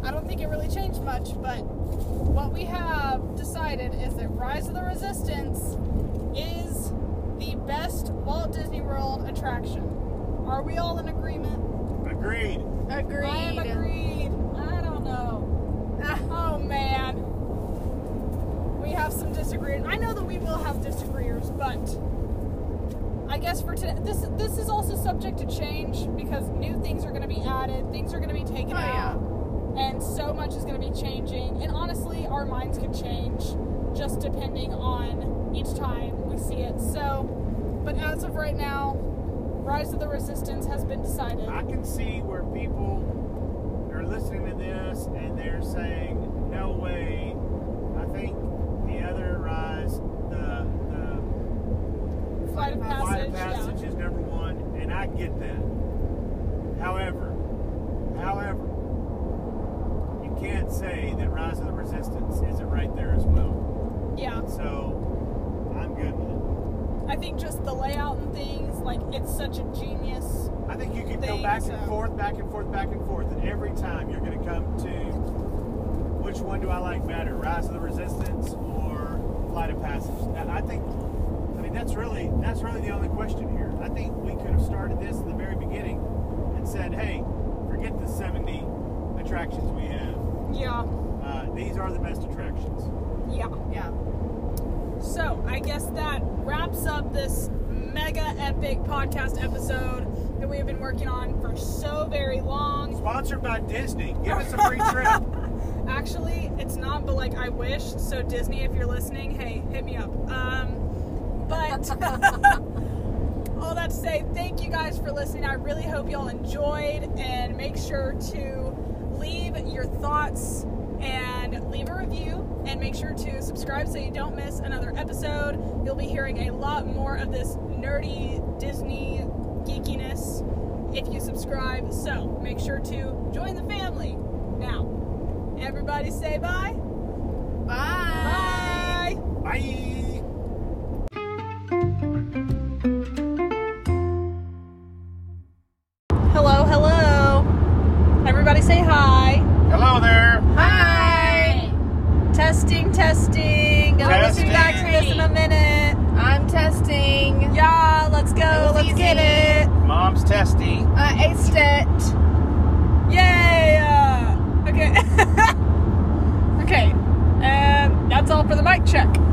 i don't think it really changed much but what we have decided is that rise of the resistance is the best walt disney world attraction are we all in agreement
Agreed.
Agreed.
i am agreed
I don't know.
oh man we have some disagreement i know that we will have disagreeers but I guess for today, this this is also subject to change because new things are going to be added, things are going to be taken
Oh, yeah.
out, and so much is going to be changing. And honestly, our minds could change just depending on each time we see it. So, but as of right now, Rise of the Resistance has been decided.
I can see where people are listening to this and they're saying, "No way." I think the other rise, the the
Flight of Passage,
Flight of passage
yeah.
is number one, and I get that. However, however, you can't say that Rise of the Resistance isn't right there as well.
Yeah,
So I'm good with
I think just the layout and things like it's such a genius.
it. I think you could go
Thing,
back
so-
and forth, back and forth, back and forth, and every time you're going to come to which one do I like better, Rise of the Resistance or Flight of Passage? Now, I think. I mean that's really that's really the only question here. I think we could have started this in the very beginning and said, "Hey, forget the 70 attractions we have.
Yeah,
Uh, these are the best attractions."
yeah.
Yeah.
So I guess that wraps up this mega epic podcast episode that we have been working on for so very long.
Sponsored by Disney. Give us a free trip.
Actually, it's not, but like I wish. So Disney, if you're listening, hey, hit me up. Um, but all that to say, thank you guys for listening. I really hope y'all enjoyed, and make sure to leave your thoughts and leave a review, and make sure to subscribe so you don't miss another episode. You'll be hearing a lot more of this nerdy Disney geekiness if you subscribe. So make sure to join the family now. Everybody say bye.
Bye.
Bye.
Bye.
Hello, hello. Everybody say hi.
Hello there.
Hi.
Testing, testing. I'll listen
Testing.
back to this in a minute.
I'm testing.
Yeah, let's go.
That was
Let's get it.
easy. Uh,
Mom's testy.
I aced it.
Yay. Uh, okay. okay. And um, that's all for the mic check.